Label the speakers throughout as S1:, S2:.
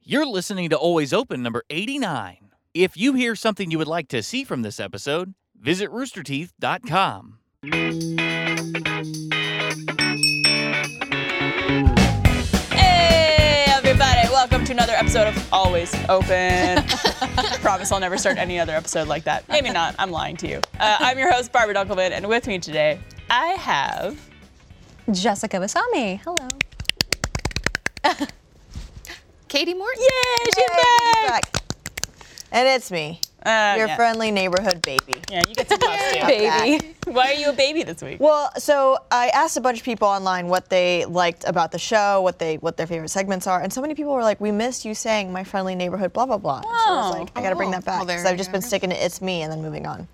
S1: You're listening to Always Open number 89. If you hear something you would like to see from this episode, visit roosterteeth.com.
S2: Hey, everybody! Welcome to another episode of Always Open. Promise I'll never start any other episode like that. Maybe not. I'm lying to you. Uh, I'm your host, Barbara Dunkelman, and with me today, I have.
S3: Jessica Basami. Hello. Katie Morton.
S2: Yay, she's
S4: Hey,
S2: back!
S4: And it's me,
S2: Uh,
S4: your
S2: yeah.
S4: friendly neighborhood baby.
S2: Yeah, you get some love too.
S3: Baby.
S2: Why are you a baby this week?
S4: Well, so I asked a bunch of people online what they liked about the show, what they what their favorite segments are, and so many people were like, "We miss you saying my friendly neighborhood blah blah blah." So I was
S2: Oh.
S4: like, "I got to bring that back."
S5: Well, there
S4: Because I've
S5: you
S4: just been
S5: go.
S4: sticking to "It's me" and then moving on.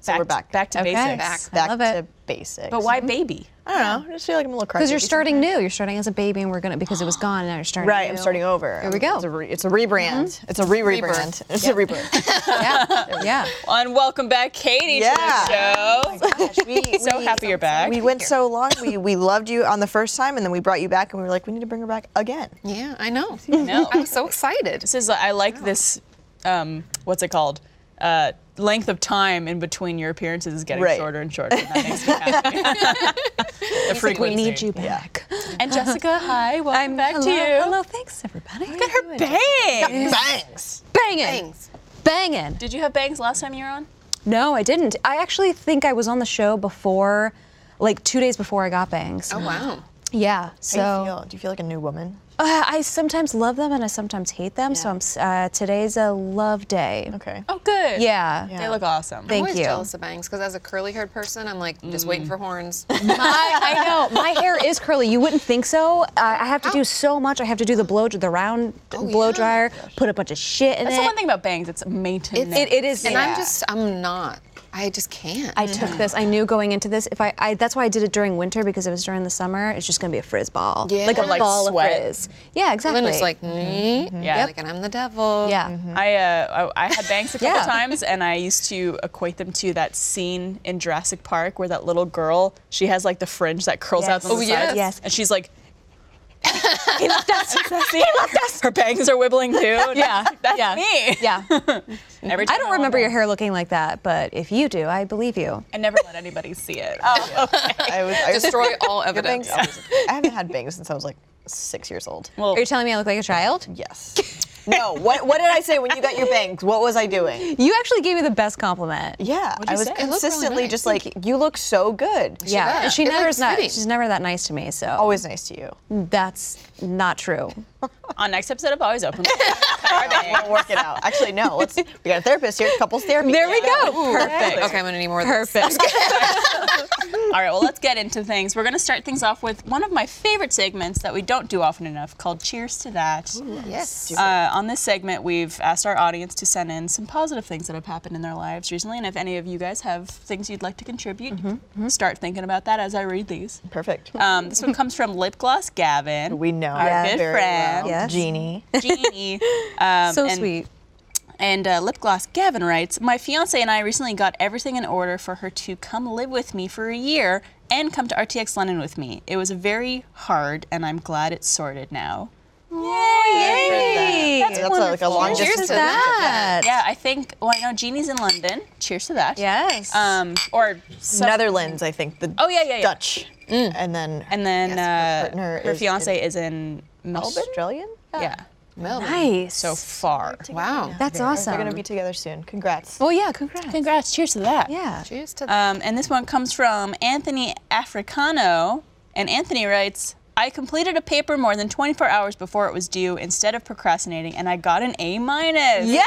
S4: So
S2: back
S4: we're
S2: to-
S4: back
S2: back to
S4: Okay.
S2: basics.
S5: Back.
S4: back
S3: I love
S4: to
S3: it.
S4: basics.
S2: But why baby?
S4: I don't know. I just feel like I'm a little crazy.
S3: Because you're starting new. You're starting as a baby, and we're gonna because it was gone. And now you're starting.
S4: Right, I'm
S3: new.
S4: starting over.
S3: Here we go.
S4: It's a, re- it's a rebrand. It's a re-rebrand.
S5: Rebirth.
S4: It's a rebirth.
S3: Yeah. yeah.
S2: And welcome back, Katie,
S4: Yeah. Oh
S2: to the show.
S4: we,
S2: So
S4: we-
S2: happy you're back.
S4: We went so long. We, we loved you on the first time, and then we brought you back, and we were like, we need to bring her back again.
S5: Yeah, I know.
S2: know.
S5: I'm so excited.
S2: This is I like this. Um, what's it called? Uh, length of time in between your appearances is getting
S4: Right.
S2: shorter and shorter. That makes me happy. The
S3: We need
S2: frequency.
S3: you back.
S2: And Jessica, hi, welcome back
S3: hello,
S2: to you.
S3: Hello. Thanks, everybody. Look
S2: Bangs.
S4: Bangs.
S3: Banging.
S5: Thanks.
S3: Banging.
S2: Did you have bangs last time you were on?
S3: No, I didn't. I actually think I was on the show before, like two days before I got bangs.
S5: Oh wow.
S3: Yeah. So.
S4: How do you feel? Do you feel like a new woman?
S3: Uh, I sometimes love them and I sometimes hate them. So I'm s- uh, today's a love day.
S4: Okay.
S2: Oh, good.
S3: Yeah.
S2: They look awesome.
S3: Thank
S5: I'm always
S3: you.
S5: jealous of bangs because as a curly-haired person, I'm like just waiting for horns.
S3: My, I know my hair is curly. You wouldn't think so. Uh, I have to do so much. I have to do the blow the round blow
S5: Oh, yeah.
S3: dryer, put a bunch of shit in
S2: That's
S3: it.
S2: the one thing about bangs. It's maintenance.
S3: It, it is.
S5: And
S3: yeah.
S5: I'm just, Mm-hmm. I'm not. I just can't.
S3: I took this. I knew going into this. If I, I, that's why I did it during winter because it was during the summer. It's just gonna be a frizz ball,
S5: Yeah.
S3: like a
S5: Or like
S3: ball
S2: sweat.
S3: of frizz. Yeah, exactly.
S5: Then it's like, oh, mm-hmm. mm
S2: Yeah.
S5: like, and I'm the devil.
S3: yeah,
S2: I, uh, I I had bangs a couple
S3: Yeah.
S2: times, and I used to equate them to that scene in Jurassic Park where that little girl she has like the fringe that curls out
S3: Yes.
S2: on
S5: Oh,
S2: the
S5: yes.
S2: sides,
S3: Yes.
S2: and she's like. he left us. He left us. Her bangs are wibbling too.
S3: yeah,
S2: that's
S3: yeah.
S2: me.
S3: Yeah,
S2: Every time
S3: I don't
S2: want
S3: remember your
S2: bangs.
S3: hair looking like that, but if you do, I believe you.
S2: I never let anybody see it. Oh,
S4: I was. I was
S5: Destroy all
S4: your bangs.
S5: evidence.
S4: I haven't had bangs since I was like six years old.
S5: Oh.
S3: Are you telling me I look like a child?
S4: yes. no. What What did I say when you got your bangs? What was I doing?
S3: You actually gave me the best compliment.
S4: Yeah,
S2: say?
S4: I was
S2: It
S5: looked really
S4: consistently
S5: nice.
S4: just like, you look so good.
S3: Yeah,
S5: bet.
S3: and she
S5: It
S3: never
S5: looks
S3: is not.
S5: fitting.
S3: She's never that nice to me. So
S4: Always nice to you.
S3: Oh, that's not true.
S2: On next episode of Always Open.
S4: We'll work it out. Actually, no. Let's. We got a therapist here. Couples therapy.
S3: There we go.
S2: Perfect.
S5: Okay, I'm gonna need more of this.
S3: Perfect.
S2: All right, well, let's get into things. We're going to start things off with one of my favorite segments that we don't do often enough called Cheers to That.
S5: Yes.
S2: Uh, on this segment, we've asked our audience to send in some positive things that have happened in their lives recently. And if any of you guys have things you'd like to contribute, you can start thinking about that as I read these.
S4: Perfect.
S2: Um, this one comes from Lip Gloss Gavin.
S4: we know.
S2: Our
S4: that
S2: good
S4: very
S2: friend,
S4: Well.
S3: Yes.
S4: Jeannie.
S2: Jeannie.
S3: so
S2: and-
S3: sweet.
S2: And uh, Lip Gloss Gavin writes My fiance and I recently got everything in order for her to come live with me for a year and come to RTX London with me. It was very hard, and I'm glad it's sorted now.
S3: Yay!
S4: That's, a, like a long
S5: Cheers
S4: distance.
S5: to that.
S2: Yeah, I think, well, I know Jeannie's in London. Cheers to that.
S3: Yes.
S2: Um, or some-
S4: Netherlands, I think. The
S2: Oh, yeah, yeah, yeah.
S4: Dutch. And then
S2: And then
S4: Yes, her
S2: uh, her,
S4: partner is
S2: fiance is in Melbourne.
S4: Australian.
S2: Yeah,
S5: Melbourne.
S3: nice.
S2: so far.
S5: Wow.
S3: that's awesome.
S4: They're gonna be together soon. Congrats.
S3: well, yeah. Congrats.
S2: Congrats. Cheers to that.
S3: Yeah.
S5: Cheers to that.
S2: Um, and this one comes from Anthony Africano. And Anthony writes I completed a paper more than 24 hours before it was due instead of procrastinating, and I got an A minus. Yeah.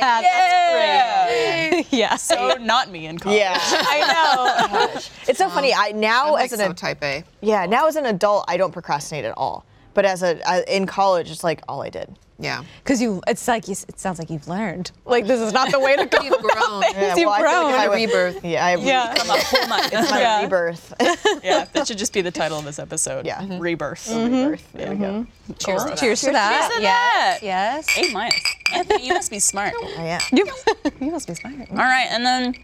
S2: That's
S3: yeah.
S2: So, Oh, not me in college. Oh
S4: I know. It's so funny. I now
S5: like
S4: as an
S5: so
S4: ad-
S5: type A.
S4: yeah now as an adult I don't procrastinate at all. But as a I, in college, it's like all I did.
S5: Yeah.
S3: Because you, it's like you, s- it sounds like you've learned.
S4: Like this is not the way to go.
S5: You've grown.
S4: Yeah,
S3: You've
S4: well, I feel
S3: grown.
S4: if I
S5: A
S4: was-
S5: rebirth.
S4: Yeah, I
S2: Yeah. Come up, pull my-
S4: It's my
S2: yeah.
S4: rebirth.
S2: yeah, that should just be the title of this episode. Mm-hmm.
S4: Yeah. Mhm.
S2: Rebirth.
S4: rebirth. There we go.
S2: Cheers, to
S3: Cheers to that.
S2: Cheers to that.
S3: Yes. Yes.
S2: A minus. Anthony, you must be smart.
S4: I am.
S3: You, you must be smart.
S2: All right, and then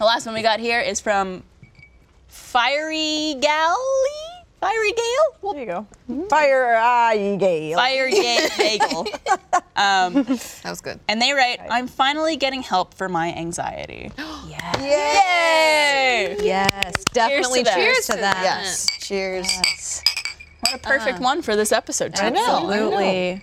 S2: the last one we got here is from Fiery Galley. Fiery Gale? Well,
S4: There you go. ah,
S6: Fire eye gale.
S2: Fire Yay Bagel.
S5: That was good.
S2: And they write, I'm finally getting help for my anxiety.
S4: Yay!
S3: Yes, definitely
S2: that.
S3: cheers,
S5: Cheers
S3: to
S5: to
S3: that.
S4: Yes. Cheers.
S2: What a perfect one for this episode, too.
S3: Absolutely.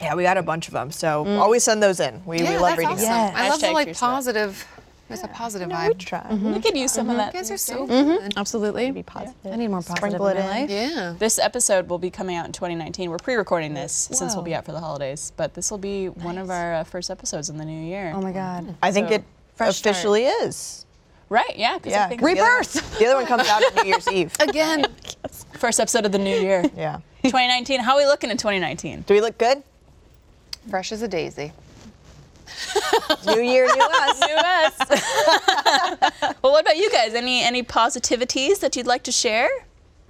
S4: Yeah, we got a bunch of them, so always send those in. We, we love reading
S5: awesome.
S4: them.
S5: I love the
S2: Hashtag
S5: like
S2: Tuesday.
S5: positive. There's a positive
S4: We
S5: vibe. You
S4: try.
S2: We could use some of that.
S5: guys are so good.
S3: Mm-hmm. Absolutely. Be positive. I need more positive
S4: Sprinkle
S3: in
S4: it
S3: my
S4: in.
S3: life.
S5: Yeah.
S2: This episode will be coming out in 2019. We're pre-recording this since we'll be out for the holidays, but this will be one of our uh, first episodes in the new year.
S3: Oh my god.
S4: I think
S2: So,
S4: it officially is.
S2: Right? Yeah. 'cause
S4: Yeah.
S2: I think
S4: 'cause the other- The other one comes out on New Year's Eve.
S5: Again,
S2: first episode of the new year,
S4: Yeah.
S2: 2019. How are we looking in 2019?
S4: Do we look good?
S5: fresh as a daisy.
S4: New year, new us.
S2: New us. well, what about you guys? Any any positivities that you'd like to share?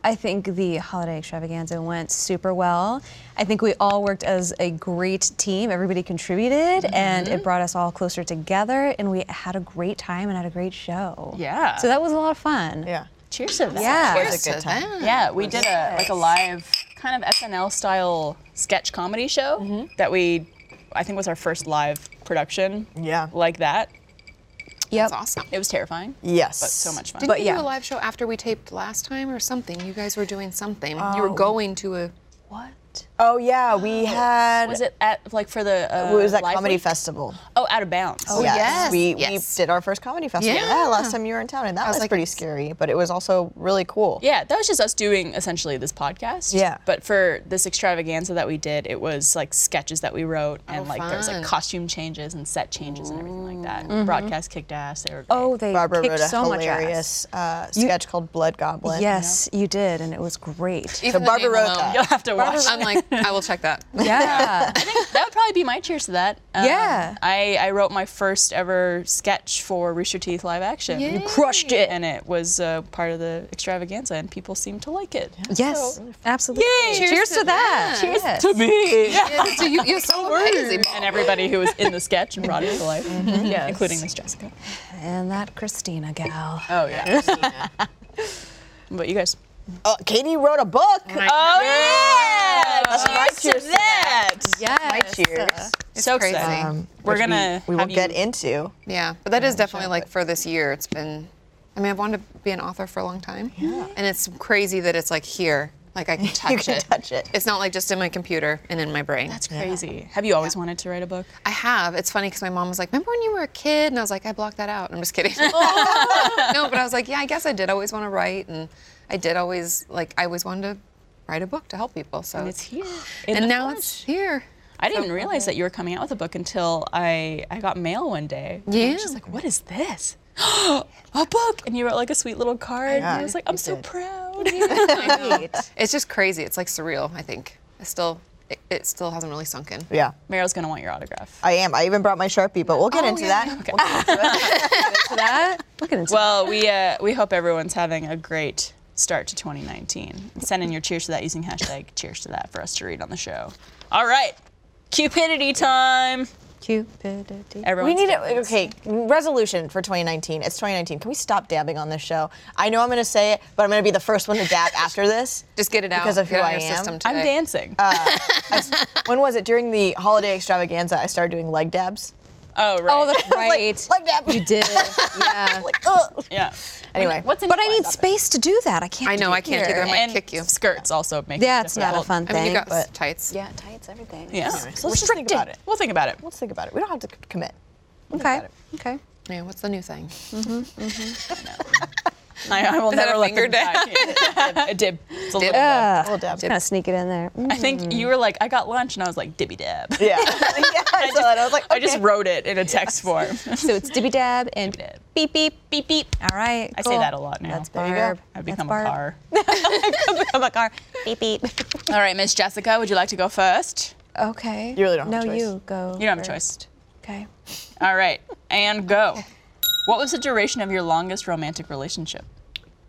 S3: I think the holiday extravaganza went super well. I think we all worked as a great team. Everybody contributed, and it brought us all closer together. And we had a great time and had a great show.
S2: Yeah.
S3: So that was a lot of fun.
S4: Yeah.
S2: Cheers to that.
S3: Yeah.
S4: It was a
S5: So
S4: good time.
S5: that-
S2: Yeah, we did a like a live kind of SNL style sketch comedy show
S4: Mm-hmm.
S2: that we I think was our first live production
S4: Yeah.
S2: like that.
S3: Yep.
S5: That's awesome.
S2: It was terrifying,
S4: Yes.
S2: but so much fun.
S5: Didn't
S3: But
S5: you
S3: yeah.
S5: do a live show after we taped last time or something? You guys were doing something. You were going to a
S2: what?
S4: Oh yeah, we had.
S2: Was it at like for the uh,
S4: It was that
S2: live
S4: comedy
S2: week?
S4: festival.
S2: Oh, out of bounds. Oh,
S5: yes,
S4: We,
S5: yes.
S4: we did our first comedy festival.
S5: Yeah.
S4: last time you were in town, and that was,
S5: like-
S4: pretty scary, but it was also really cool.
S2: Yeah, that was just us doing essentially this podcast.
S4: Yeah.
S2: But for this extravaganza that we did, it was like sketches that we wrote
S4: Oh,
S2: and like there was like
S5: fun.
S2: costume changes and set changes and everything like that.
S4: Mm-hmm.
S2: Broadcast kicked ass. They were great.
S3: Oh, they
S4: Barbara
S3: kicked
S4: wrote a
S3: so much ass.
S4: hilarious uh, sketch called Blood Goblin.
S3: Yes, you did, and it was great.
S5: Even the
S4: Barbara
S5: name
S4: wrote
S5: alone.
S4: that.
S2: You'll have to watch.
S5: I'm like, I will check that.
S3: Yeah.
S2: that would probably be my cheers to that. Um,
S3: Yeah.
S2: I, I wrote my first ever sketch for Rooster Teeth live action. You crushed it. And it was uh, part of the extravaganza, and people seemed to like it.
S3: yes, absolutely.
S2: Yay.
S3: Cheers, to, that. Cheers to
S2: Me.
S5: Yeah, so you, you're so amazing.
S2: And everybody who was in the sketch and brought it to life, including Miss Jessica.
S3: And that Christina gal.
S2: Oh, yeah. but you guys.
S4: Uh, Katie wrote a book.
S2: Oh, yeah!
S4: That's my cheers to
S2: that.
S4: My Oh, cheers.
S2: So
S5: crazy.
S2: exciting.
S4: Um,
S2: We're
S4: which
S2: going to.
S4: we, we will get into.
S5: Yeah, but that is definitely like for this year. It's been, I mean, I've wanted to be an author for a long time. Yeah. And it's crazy that it's like here, like I can touch
S4: You can
S5: it.
S4: touch it.
S5: It's not like just in my computer and in my brain.
S2: That's crazy. Have you always wanted to write a book?
S5: I have. It's funny because my mom was like, "Remember when you were a kid?" And I was like, "I blocked that out." I'm just kidding. no, but I was like, "Yeah, I guess I did always want to write, and I did always like I always wanted to write a book to help people." So
S2: And it's here. in
S5: and
S2: the
S5: now
S2: flesh.
S5: it's here.
S2: I didn't even realize that you were coming out with a book until I, I got mail one day. And I was just
S5: Yeah.
S2: like, what is this? a book! And you wrote like a sweet little card. And I was like, I'm so proud.
S5: It's just crazy. It's like surreal. I think. I still, it, it still hasn't really sunk in.
S4: Yeah,
S2: Meryl's going to want your autograph.
S4: I am. I even brought my Sharpie, but we'll get
S5: Oh,
S4: into
S5: yeah,
S4: that.
S2: Okay.
S3: to that. Look at it.
S2: well, we, uh, we hope everyone's having a great start to 2019. Send in your cheers to that using hashtag cheers to that for us to read on the show. All right. Cupidity time.
S3: Cupidity.
S2: Everyone,
S4: We need it. Okay, resolution for 2019. It's 2019. Can we stop dabbing on this show? I know I'm going to say it, but I'm going to be the first one to dab after this.
S5: Just get it out
S4: Because of
S5: get
S4: who
S5: it
S4: I
S5: out of your
S4: am.
S5: System
S2: I'm
S5: today.
S2: dancing.
S4: when was it? During the holiday extravaganza, I started doing leg dabs.
S2: oh, right.
S3: Oh, that's right.
S4: Leg dab.
S3: you did. Yeah.
S4: Like, ugh.
S2: yeah.
S4: Anyway,
S2: What's in
S3: But
S2: your
S3: I need
S2: closet?
S3: space to do that. I can't.
S5: I know,
S3: do it
S5: I can't
S3: here.
S5: either. I might
S2: and
S5: kick you.
S2: skirts also make
S3: Yeah,
S2: it
S3: it's not a
S2: difficult.
S3: fun
S5: I
S3: thing.
S5: mean, you got
S4: but-
S5: tights.
S3: yeah, tights, everything.
S2: Yeah.
S4: so let's just think about it.
S2: We'll think about it.
S4: Let's think about it. We don't have to c- commit.
S3: Okay. Okay.
S5: Yeah, what's the new thing?
S2: I, I will
S5: that
S2: never
S5: a
S2: let
S5: finger
S2: them die. Yeah, a dib. It's a little dib.
S3: Uh,
S4: We'll dab.
S3: Kind of sneak it in there. Mm.
S2: I think you were like, I got lunch, and I was like, dibby dab.
S4: Yeah. yeah. so then I was like,
S2: I just wrote it in a text form.
S3: So it's dibby dab and
S2: dab.
S3: beep beep.
S2: beep beep.
S3: All right.
S2: I say
S3: cool.
S2: that a lot now.
S3: That's
S2: There you
S4: go.
S3: Barb.
S2: I
S3: That's
S2: become a
S3: Barb.
S2: car.
S3: become a car. Beep beep.
S2: All right, Miss Jessica, would you like to go first?
S3: Okay.
S4: You really don't
S3: No,
S4: have a choice.
S3: you go.
S2: You don't have a
S3: first.
S2: choice.
S3: Okay.
S2: All right, and go. What was the duration of your longest romantic relationship?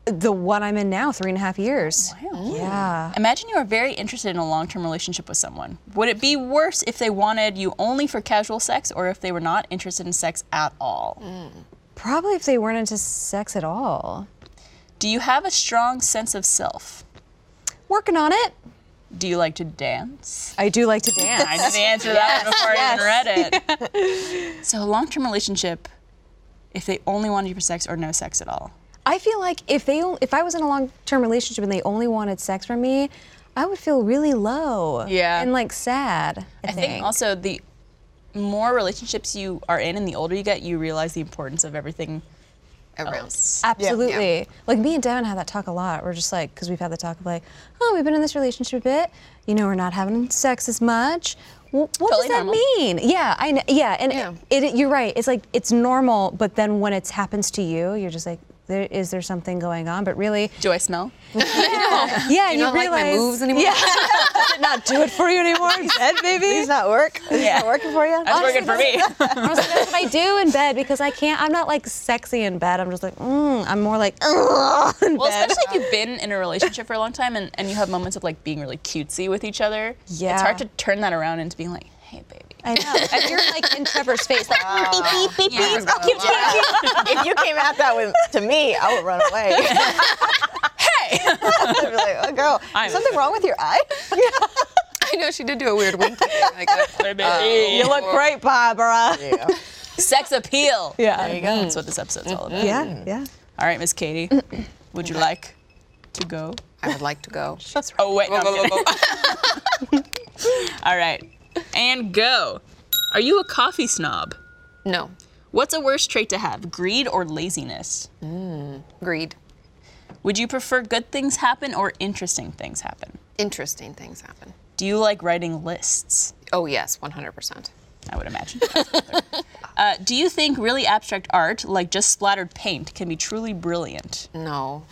S3: The one I'm in now, three and a half years.
S2: Oh
S3: Wow. Yeah.
S2: Imagine you are very interested in a long term relationship with someone. Would it be worse if they wanted you only for casual sex or if they were not interested in sex at all?
S3: Probably if they weren't into sex at all.
S2: Do you have a strong sense of self?
S3: Working on it.
S2: Do you like to dance?
S3: I do like to dance.
S2: I knew the answer to that one before I even read it. so, a long term relationship, if they only wanted you for sex or no sex at all.
S3: I feel like if they on- if I was in a long term relationship and they only wanted sex from me, I would feel really low.
S2: Yeah.
S3: And like sad. I,
S2: I think, also the more relationships you are in and the older you get, you realize the importance of everything
S5: around.
S2: else.
S3: Absolutely. Like me and Devin have that talk a lot. We're just like, because we've had the talk of like, oh, we've been in this relationship a bit. You know, we're not having sex as much. Wh- What
S2: Totally
S3: does that
S2: normal.
S3: mean? Yeah, I know. Yeah, and
S5: Yeah.
S3: It, it- you're right. It's like it's normal, but then when it happens to you, you're just like, there, is there something going on? But really,
S2: Do I smell?
S3: yeah, you,
S5: you not like
S3: realize,
S5: my moves anymore?
S3: Yeah, does it not do it for you anymore, dead baby.
S4: Does that work? Is
S2: Yeah.
S4: that working for you?
S2: That's working for me.
S3: Honestly, that's what I do in bed because I can't. I'm not like sexy in bed. I'm just like, mm, I'm more like, ugh, in
S2: Well,
S3: bed.
S2: especially if you've been in a relationship for a long time and, and you have moments of like being really cutesy with each other.
S3: Yeah.
S2: It's hard to turn that around into being like, hey, baby.
S3: I know. And you're like in Trevor's face, like beep beep beep
S5: Yeah.
S3: beep. Oh, you can't.
S4: if you came at that with to me, I would run away. hey! I'd be like, oh, girl,
S2: I'm-
S4: is something wrong with your eye?
S5: I know she did do a weird wink. at me, Like, uh,
S2: Baby.
S6: look great, Barbara.
S4: yeah.
S2: Sex appeal.
S6: Yeah.
S2: There you go. That's what this episode's all about.
S6: Yeah, yeah.
S2: All right, Miss Katie, would you like to go?
S5: I would like to go.
S2: Oh, wait. no, I'm
S5: Go, go,
S2: kidding.
S5: go, go.
S2: All right. And go. Are you a coffee snob?
S5: No,
S2: What's a worse trait to have, greed or laziness?
S5: greed.
S2: Would you prefer good things happen or interesting things happen?
S5: Interesting things happen.
S2: Do you like writing lists?
S5: Oh yes, 100%.
S2: I would imagine. uh, do you think really abstract art, like just splattered paint, can be truly brilliant?
S5: No.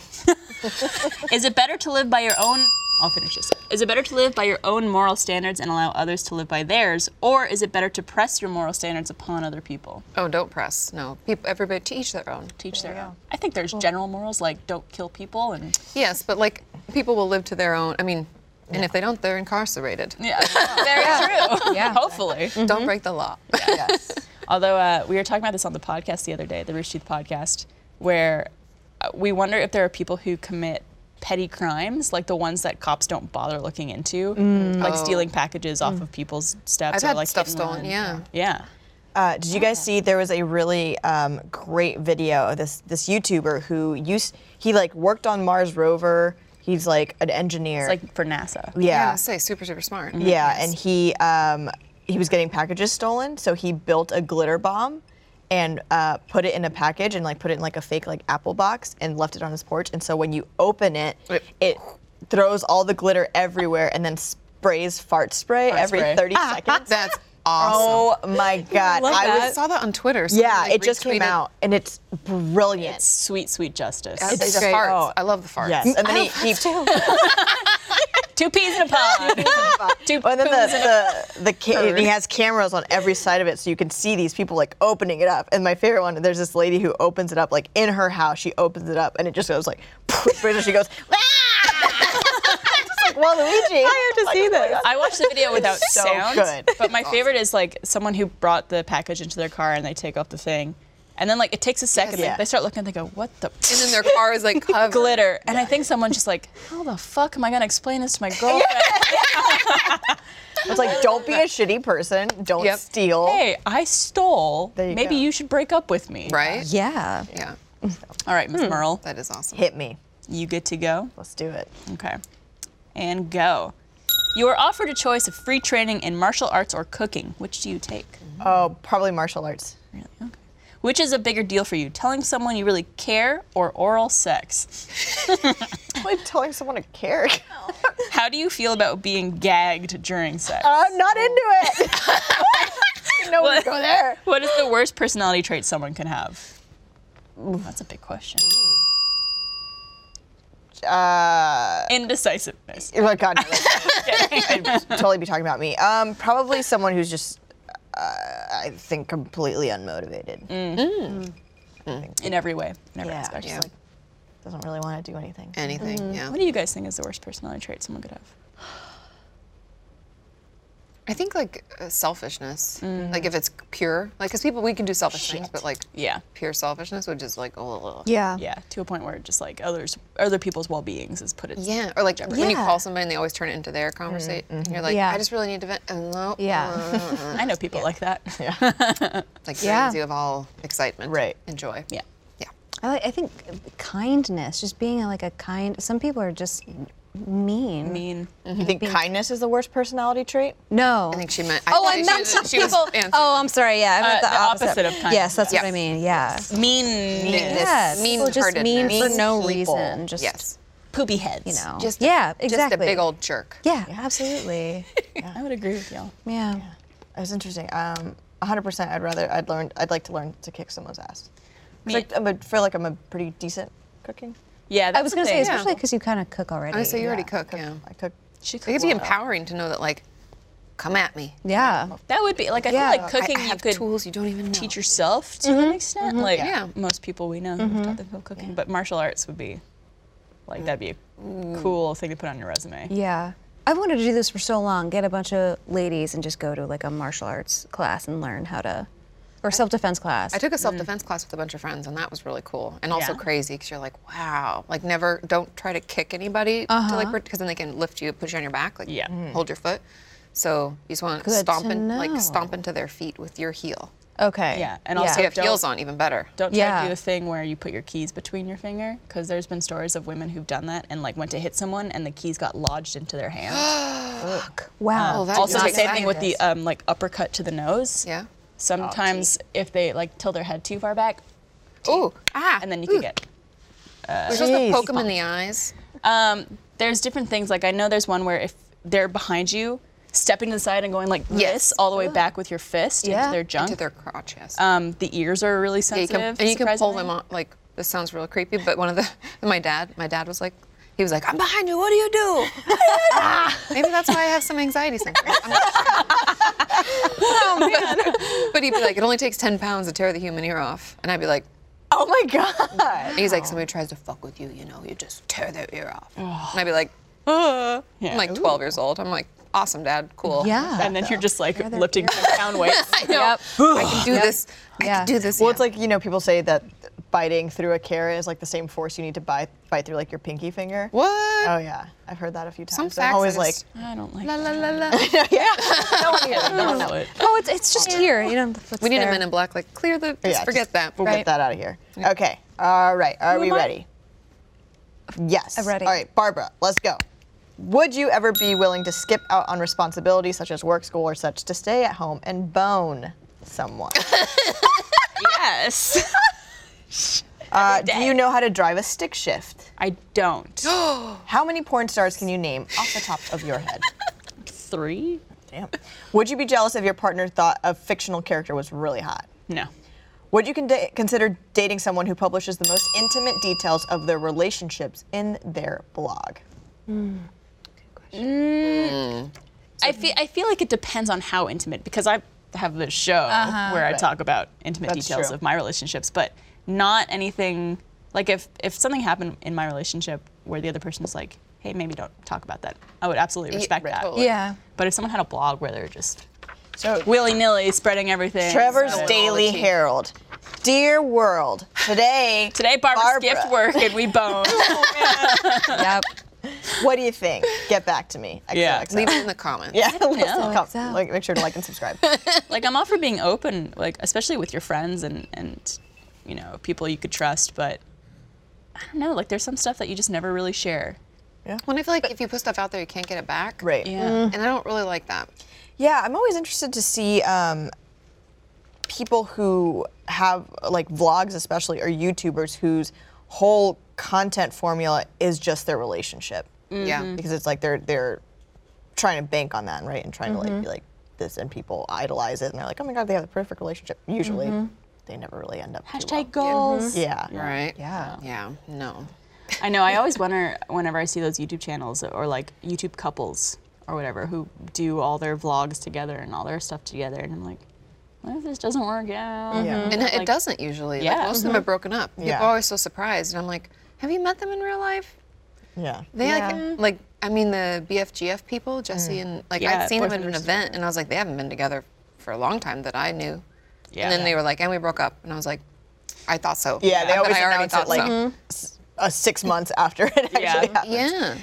S2: Is it better to live by your own? I'll finish this. Is it better to live by your own moral standards and allow others to live by theirs, or is it better to press your moral standards upon other people?
S5: Oh, don't press. No. People, everybody to each their own.
S2: Teach their own. I think there's general morals like don't kill people and
S5: Yes, but like people will live to their own. I mean, and if they don't, they're incarcerated.
S2: yeah, very true. Yeah, hopefully.
S4: Mm-hmm.
S5: Don't break the law.
S4: Yes.
S2: Although uh, we were talking about this on the podcast the other day, the Rooster Teeth podcast, where uh, we wonder if there are people who commit petty crimes, like the ones that cops don't bother looking into, like stealing packages off of people's steps.
S5: Mm. Oh. I've
S2: or
S5: had
S2: like
S5: stuff
S2: hit and
S5: stolen,
S2: run.
S5: yeah.
S2: Yeah.
S4: Uh, did you guys see there was a really um, great video of this this YouTuber who used he like worked on Mars rover. He's like an engineer.
S2: It's like for NASA.
S4: yeah.
S5: I say super, super smart.
S4: Yeah, and he um, he was getting packages stolen, so he built a glitter bomb and uh, put it in a package and like put it in like a fake like apple box and left it on his porch. And so when you open it,
S5: Wait.
S4: it throws all the glitter everywhere and then sprays fart spray every
S2: spray.
S4: 30 seconds.
S5: That's awesome.
S4: Oh my god!
S3: love
S4: I
S5: I
S4: was
S5: saw that on Twitter. Someone,
S4: Oh. yeah,
S5: like,
S4: it just came
S5: retweeted-
S4: out and it's brilliant.
S2: Sweet, sweet justice.
S5: I
S4: It's
S5: say the
S4: great.
S5: farts.
S4: Oh.
S5: I love the farts.
S4: yes, and then he, he
S2: Two peas in a pod. Two
S4: Well, Oh, then
S2: poos in a
S4: the, the, the ca- and he has cameras on every side of it, so you can see these people like opening it up. And my favorite one, there's this lady who opens it up like in her house. She opens it up, and it just goes like, and she goes, just like well, Luigi. I have to see this.
S2: I watched the video without
S4: It's so
S2: sound.
S4: good.
S2: But my favorite is like someone who brought the package into their car and they take off the thing. And then like it takes a second.
S4: Yes.
S2: like, they start looking, they go, What the
S5: And then their car is like covered.
S2: glitter? And I think someone's just like, How the fuck am I gonna explain this to my girlfriend?
S4: It's like, don't be a shitty person. Don't
S5: Yep.
S4: steal.
S2: Hey, I stole.
S4: There you
S2: Maybe
S4: go.
S2: you should break up with me.
S5: Right?
S3: Yeah.
S5: Yeah.
S2: All right,
S4: Hmm.
S2: Miss Merle.
S5: That is awesome.
S4: Hit me.
S2: You good to go?
S4: Let's do it.
S2: Okay. And go. You are offered a choice of free training in martial arts or cooking. Which do you take?
S4: Oh, probably martial arts.
S2: Really? Okay. Which is a bigger deal for you, telling someone you really care or oral sex?
S4: Probably telling someone to care.
S2: How do you feel about being gagged during sex?
S4: I'm not into it. no one go there.
S2: What is the worst personality trait someone can have? That's a big question.
S4: Uh,
S2: Indecisiveness.
S4: oh my God. no, that's- totally be talking about me. Um, probably someone who's just, uh, I think, completely unmotivated.
S2: Mm. in every way, in every
S4: Yeah.
S2: aspect.
S5: Yeah.
S4: like- Doesn't really want to do anything.
S5: Anything.
S4: Mm-hmm.
S5: Yeah.
S2: What do you guys think is the worst personality trait someone could have?
S5: I I think like uh, selfishness,
S4: Mm.
S5: like if it's pure, like because people we can do selfish things, but like
S2: Yeah.
S5: pure selfishness, which is like oh
S3: Yeah.
S2: Yeah, to a point where just like others, other people's well beings is put at
S5: yeah, or like when you
S3: Yeah.
S5: call somebody and they always turn it into their conversation. You're like
S3: Yeah.
S5: I just really need to vent. And no,
S3: Yeah.
S5: uh,
S2: I know people like that. Yeah.
S5: like
S3: Yeah.
S5: drains you of all excitement,
S4: Right.
S5: and joy.
S2: Yeah.
S5: yeah.
S3: I, like, I think kindness, just being like a kind. Some people are just mean.
S2: I mean,
S5: Mm-hmm.
S4: You think
S2: Mm-hmm.
S4: kindness is the worst personality trait?
S3: No.
S5: I think she meant.
S3: oh,
S5: thought
S3: I
S5: she
S3: meant
S5: was-
S3: some
S5: she was
S3: people.
S5: answering.
S3: Oh, I'm sorry. Yeah, I meant
S2: Uh,
S3: the,
S2: the
S3: opposite.
S2: opposite of kindness.
S3: Yes, that's
S5: Yes.
S3: what I mean. Yeah.
S2: mean,
S3: Yes.
S5: Mean-
S3: people just mean for
S5: mean-heartedness.
S3: no
S4: Mean people.
S3: reason. Just
S5: yes,
S2: poopy heads. You
S3: know.
S5: just
S3: yeah,
S5: just
S3: exactly.
S5: a big old jerk.
S3: Yeah, absolutely. yeah.
S2: I would agree with y'all.
S4: That's interesting. Um, 100%. I'd rather. I'd learn. I'd like to learn to kick someone's ass. 'Cause,
S2: Me-
S4: Like, I'm a, feel like I'm a pretty decent cooking.
S2: Yeah,
S3: I was gonna say,
S2: yeah.
S3: especially because you kind of cook already.
S5: I say you already cook. Yeah,
S4: I cook.
S2: She
S5: it could
S2: cooks
S5: be
S2: well.
S5: empowering to know that like, come at me.
S3: yeah.
S2: That would be like I
S3: Yeah.
S2: feel like cooking.
S5: I, I
S2: you
S5: have
S2: could
S5: tools you don't even know.
S2: teach yourself to an extent. Like
S5: Yeah.
S2: most people we know who've taught themselves cooking, but martial arts would be like that'd be a cool thing to put on your resume.
S3: Yeah. I've wanted to do this for so long. Get a bunch of ladies and just go to like a martial arts class and learn how to, or self defense class.
S5: I took a self defense class with a bunch of friends, and that was really cool and also
S2: Mm. Yeah.
S5: crazy because you're like, wow, like never, don't try to kick anybody to like because then they can lift you, put you on your back, like
S2: Uh-huh. Yeah. Mhm.
S5: hold your foot. So you just want to
S3: Good
S5: stomp
S3: to
S5: in, like
S3: know.
S5: stomp into their feet with your heel.
S3: okay.
S2: Yeah, and
S3: Yeah.
S2: also
S5: So you have
S2: don't-
S5: heels on, even better.
S2: Don't try to
S3: Yeah.
S2: do the thing where you put your keys between your finger, because there's been stories of women who've done that and like went to hit someone and the keys got lodged into their hand.
S3: Wow.
S5: Oh, that
S2: uh, also,
S5: is
S2: the
S5: not
S2: same thing
S5: bad.
S2: with the um, like uppercut to the nose.
S5: Yeah.
S2: Sometimes if they like tilt their head too far back,
S5: Ooh, ah,
S2: and then you could
S5: ooh.
S2: get.
S5: We're supposed to poke them in the eyes.
S2: Um, there's different things. Like I know there's one where if they're behind you, stepping to the side and going like
S5: Yes.
S2: this all the way back with your fist into
S3: Yeah.
S2: their junk.
S5: To their crotch, yes.
S2: Um, the ears are really
S5: Yeah, you
S2: sensitive.
S5: can- and you can pull
S2: surprisingly.
S5: them on. Like this sounds real creepy, but one of the my dad, my dad was like, he was like, I'm behind you. What do you do? Ah, Maybe that's why I have some anxiety symptoms. I'm not sure. But, but he'd be like, it only takes 10 pounds to tear the human ear off, and I'd be like.
S4: Oh my god.
S5: and He's like, somebody tries to fuck with you, you know, you just tear their ear off. And I'd be like,
S2: Yeah.
S5: I'm like 12 years old. I'm like, awesome, dad, cool.
S3: Yeah.
S2: and then you're just like
S3: their
S2: lifting
S3: ears.
S2: some pound weights.
S5: I know. I can do this. I
S3: Yeah.
S5: can do this.
S4: Well,
S5: yeah.
S4: it's like you know, people say that biting through a carrot is like the same force you need to bite bite through like your pinky finger.
S5: what?
S4: Oh yeah, I've heard that a few times.
S5: Some
S4: I'm
S5: facts.
S4: always
S5: I
S4: like,
S5: just-
S2: I don't like.
S5: la
S2: that.
S5: la la la.
S4: no one here.
S2: I don't know it.
S3: Oh, it's, it's just here. You know,
S5: We need a men in black. Like clear the. Just
S4: Yeah,
S5: forget
S4: just-
S5: that.
S4: We'll get that out of here. Okay. All right. Are we
S2: am I?
S4: ready? Yes.
S3: I'm ready.
S4: All right, Barbara, let's go. Would you ever be willing to skip out on responsibilities such as work, school, or such to stay at home and bone someone?
S2: Yes.
S4: Uh, do you know how to drive a stick shift?
S2: I don't.
S4: How many porn stars can you name off the top of your head?
S2: Three?
S4: Damn. Would you be jealous if your partner thought a fictional character was really hot?
S2: No.
S4: Would you con- consider dating someone who publishes the most intimate details of their relationships in their blog?
S2: I feel I feel like it depends on how intimate because I have this show where I talk about intimate
S4: That's
S2: details
S4: true.
S2: of my relationships, but not anything like if if something happened in my relationship where the other person is like, "Hey, maybe don't talk about that." I would absolutely respect that.
S5: totally.
S3: Yeah.
S2: But if someone had a blog where they're just
S4: So
S2: willy nilly spreading everything,
S4: Trevor's
S5: Selling all
S4: Daily
S5: the tea.
S4: Herald. Dear world, today.
S2: today Barbara, skipped work and we boned.
S3: Yep.
S4: What do you think? Get back to me.
S2: Yeah.
S4: XOXO.
S5: Leave it in the comments.
S4: Yeah. listen, com-
S3: XO.
S4: like, make sure to like and subscribe.
S2: like I'm all for being open, like especially with your friends and and you know people you could trust, but I don't know, like there's some stuff that you just never really share.
S5: When I feel like if you put stuff out there, you can't get it back.
S4: Right.
S2: Yeah.
S5: And I don't really like that.
S4: Yeah, I'm always interested to see um, people who have like vlogs, especially, or YouTubers whose whole content formula is just their relationship.
S5: Yeah.
S4: because it's like they're they're trying to bank on that, right? And trying to
S5: Mm-hmm.
S4: like be like this, and people idolize it, and they're like, oh my god, they have the perfect relationship. Usually,
S5: Mm-hmm.
S4: they never really end up. too well.
S2: Hashtag goals.
S4: Yeah.
S5: Right.
S4: Yeah.
S5: Yeah. No.
S2: I know. I always wonder whenever I see those YouTube channels or like YouTube couples or whatever who do all their vlogs together and all their stuff together, and I'm like, what if this doesn't work out?
S4: Yeah.
S5: Mm-hmm. And it doesn't usually.
S2: Yeah.
S5: Like most of them are broken up. People
S4: Mm-hmm. Yeah.
S5: are always so surprised, and I'm like, have you met them in real life?
S4: Yeah. Mm.
S5: They like like I mean, the BFGF people, Jesse and like
S2: Yeah,
S5: I'd seen them
S2: Boys
S5: at
S2: and
S5: an
S2: Roosters.
S5: event, and I was like, they haven't been together for a long time that I knew.
S4: Yeah.
S5: And then they were like, and we broke up, and I was like, I thought so.
S4: Yeah, they
S5: But
S4: always
S5: I already
S4: announce
S5: thought
S4: it like
S5: so. Mm-hmm.
S4: s- uh, six months after it actually
S2: Yeah.
S4: happens.
S5: Yeah.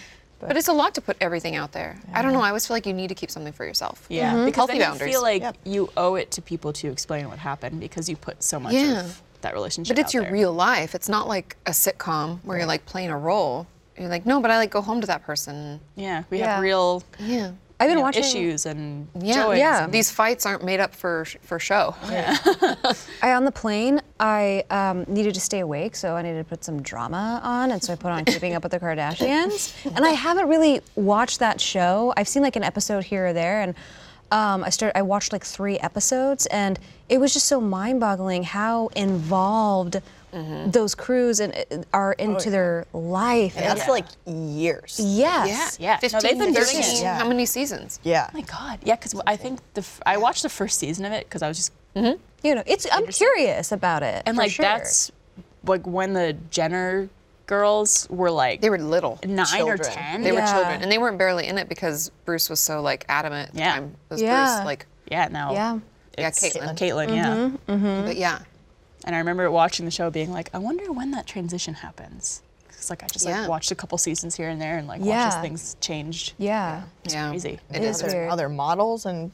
S5: But, it's a lot to put everything out there. I don't know. I always feel like you need to keep something for yourself.
S2: Yeah, because
S5: Healthy
S2: then
S5: boundaries.
S2: you feel like
S4: Yep.
S2: you owe it to people to explain what happened because you put so much
S5: Yeah.
S2: of that relationship.
S5: But it's
S2: out
S5: your
S2: there.
S5: real life. It's not like a sitcom where you're like playing a role. You're like, no, but I like go home to that person.
S2: Yeah, we
S3: Yeah.
S2: have real
S5: Yeah.
S3: I've
S2: you
S3: been
S2: know,
S3: watching.
S2: issues and
S5: Yeah.
S2: joys
S5: yeah.
S2: and-
S5: These fights aren't made up for sh- for show.
S3: I on the plane. I um, needed to stay awake, so I needed to put some drama on, and so I put on Keeping Up with the Kardashians. And I haven't really watched that show. I've seen like an episode here or there, and um, I started. I watched like three episodes, and it was just so mind-boggling how involved
S2: Mm-hmm.
S3: those crews and uh, are
S2: Oh,
S3: into their life.
S4: And that's like years.
S5: Yeah.
S3: Yes.
S2: Yeah. No,
S5: 15,
S2: they've been doing
S5: 13.
S2: it.
S5: How many seasons?
S4: Yeah.
S2: Oh my god, yeah, because I think the f- I watched the first season of it because I was just
S3: You know, it's. I'm curious about it.
S2: and
S3: for
S2: like
S3: sure.
S2: that's like when the Jenner girls were like
S5: They were little.
S2: nine or
S4: children.
S2: ten.
S5: They
S2: yeah.
S5: were
S3: Yeah.
S5: children, and they weren't barely in it because Bruce was so like adamant. At the
S2: Yeah.
S5: time. It was
S3: Yeah.
S5: Bruce like.
S2: yeah, now
S3: Yeah.
S5: Yeah,
S2: it's
S5: Caitlyn.
S2: Caitlyn, yeah.
S5: But yeah.
S2: And I remember watching the show, being like, I wonder when that transition happens. Because like I just
S5: Yeah.
S2: like watched a couple seasons here and there, and like watched
S3: Yeah.
S2: as things changed.
S3: Yeah.
S5: yeah.
S2: crazy.
S5: It
S3: It
S5: is.
S3: is
S4: Other,
S3: weird.
S4: other models and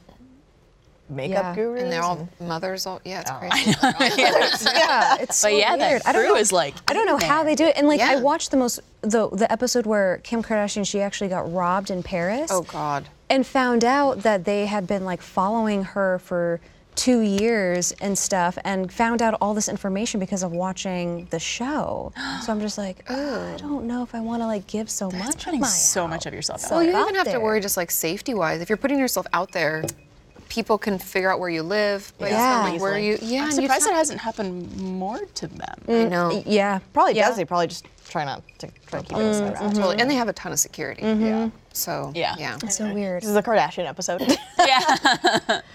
S4: makeup
S3: Yeah. And
S4: gurus.
S5: And they're all mothers. All yeah. It's
S2: Oh,
S5: crazy.
S3: yeah, it's so
S2: But yeah,
S3: weird.
S2: that
S3: I don't
S2: crew
S3: know,
S2: is, like,
S3: I don't know
S2: in
S3: how they do it. And like I
S5: Yeah.
S3: watched the most the the episode where Kim Kardashian she actually got robbed in Paris.
S5: Oh God.
S3: And found out that they had been like following her for two years and stuff, and found out all this information because of watching the show. So I'm just like, oh, I don't know if I want to like give so
S2: That's
S3: much. Of
S2: putting
S3: my Oh,
S2: so Oh, much of yourself
S3: So
S2: out.
S5: Well,
S2: there.
S5: you don't even
S3: out
S5: have to
S3: there.
S5: worry just like safety wise. If you're putting yourself out there, people can figure out where you live. But
S3: Yeah.
S5: like where you. Yeah.
S2: I'm
S5: and you just
S2: surprised it
S5: have-
S2: hasn't happened more to them.
S5: I know.
S3: yeah,
S4: probably
S3: yeah.
S4: does. They probably just try not to try to keep it
S5: Mm-hmm.
S4: a secret.
S5: Totally. And they have a ton of security. Yeah. So.
S2: Yeah.
S5: Yeah.
S3: It's so weird.
S4: This is a Kardashian episode.
S2: Yeah.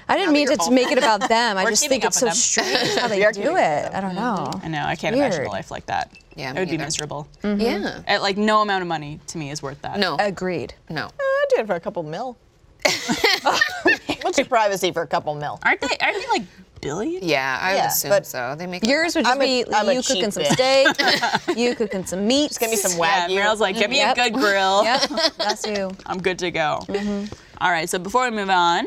S3: I didn't mean to make it about them. I
S2: We're
S3: just think
S2: keeping
S3: it's so
S2: up with
S3: strange how they do it. I don't know.
S2: I know. I can't imagine
S3: Weird.
S2: a life like that.
S5: Yeah,
S2: It
S5: me
S2: would be
S5: neither.
S2: miserable.
S5: Yeah.
S2: At, like no amount of money to me is worth that.
S5: No.
S3: Agreed.
S5: no.
S4: I do it for a couple mil. What's your privacy for a couple mil?
S2: Aren't they? Aren't they like billion?
S5: Yeah. I
S4: Yeah,
S5: would assume
S4: but
S5: so. They make.
S3: Yours would just
S4: I'm a-
S3: be
S4: I'm a
S3: you cooking
S4: cheap
S3: some
S4: bitch.
S3: steak, you cooking some meat. Just
S4: Give me some
S2: Yeah,
S4: wagyu.
S2: Meryl's like, give me
S3: Yep.
S2: a good grill.
S3: Yep, that's you.
S2: I'm good to go. All right, so before we move on,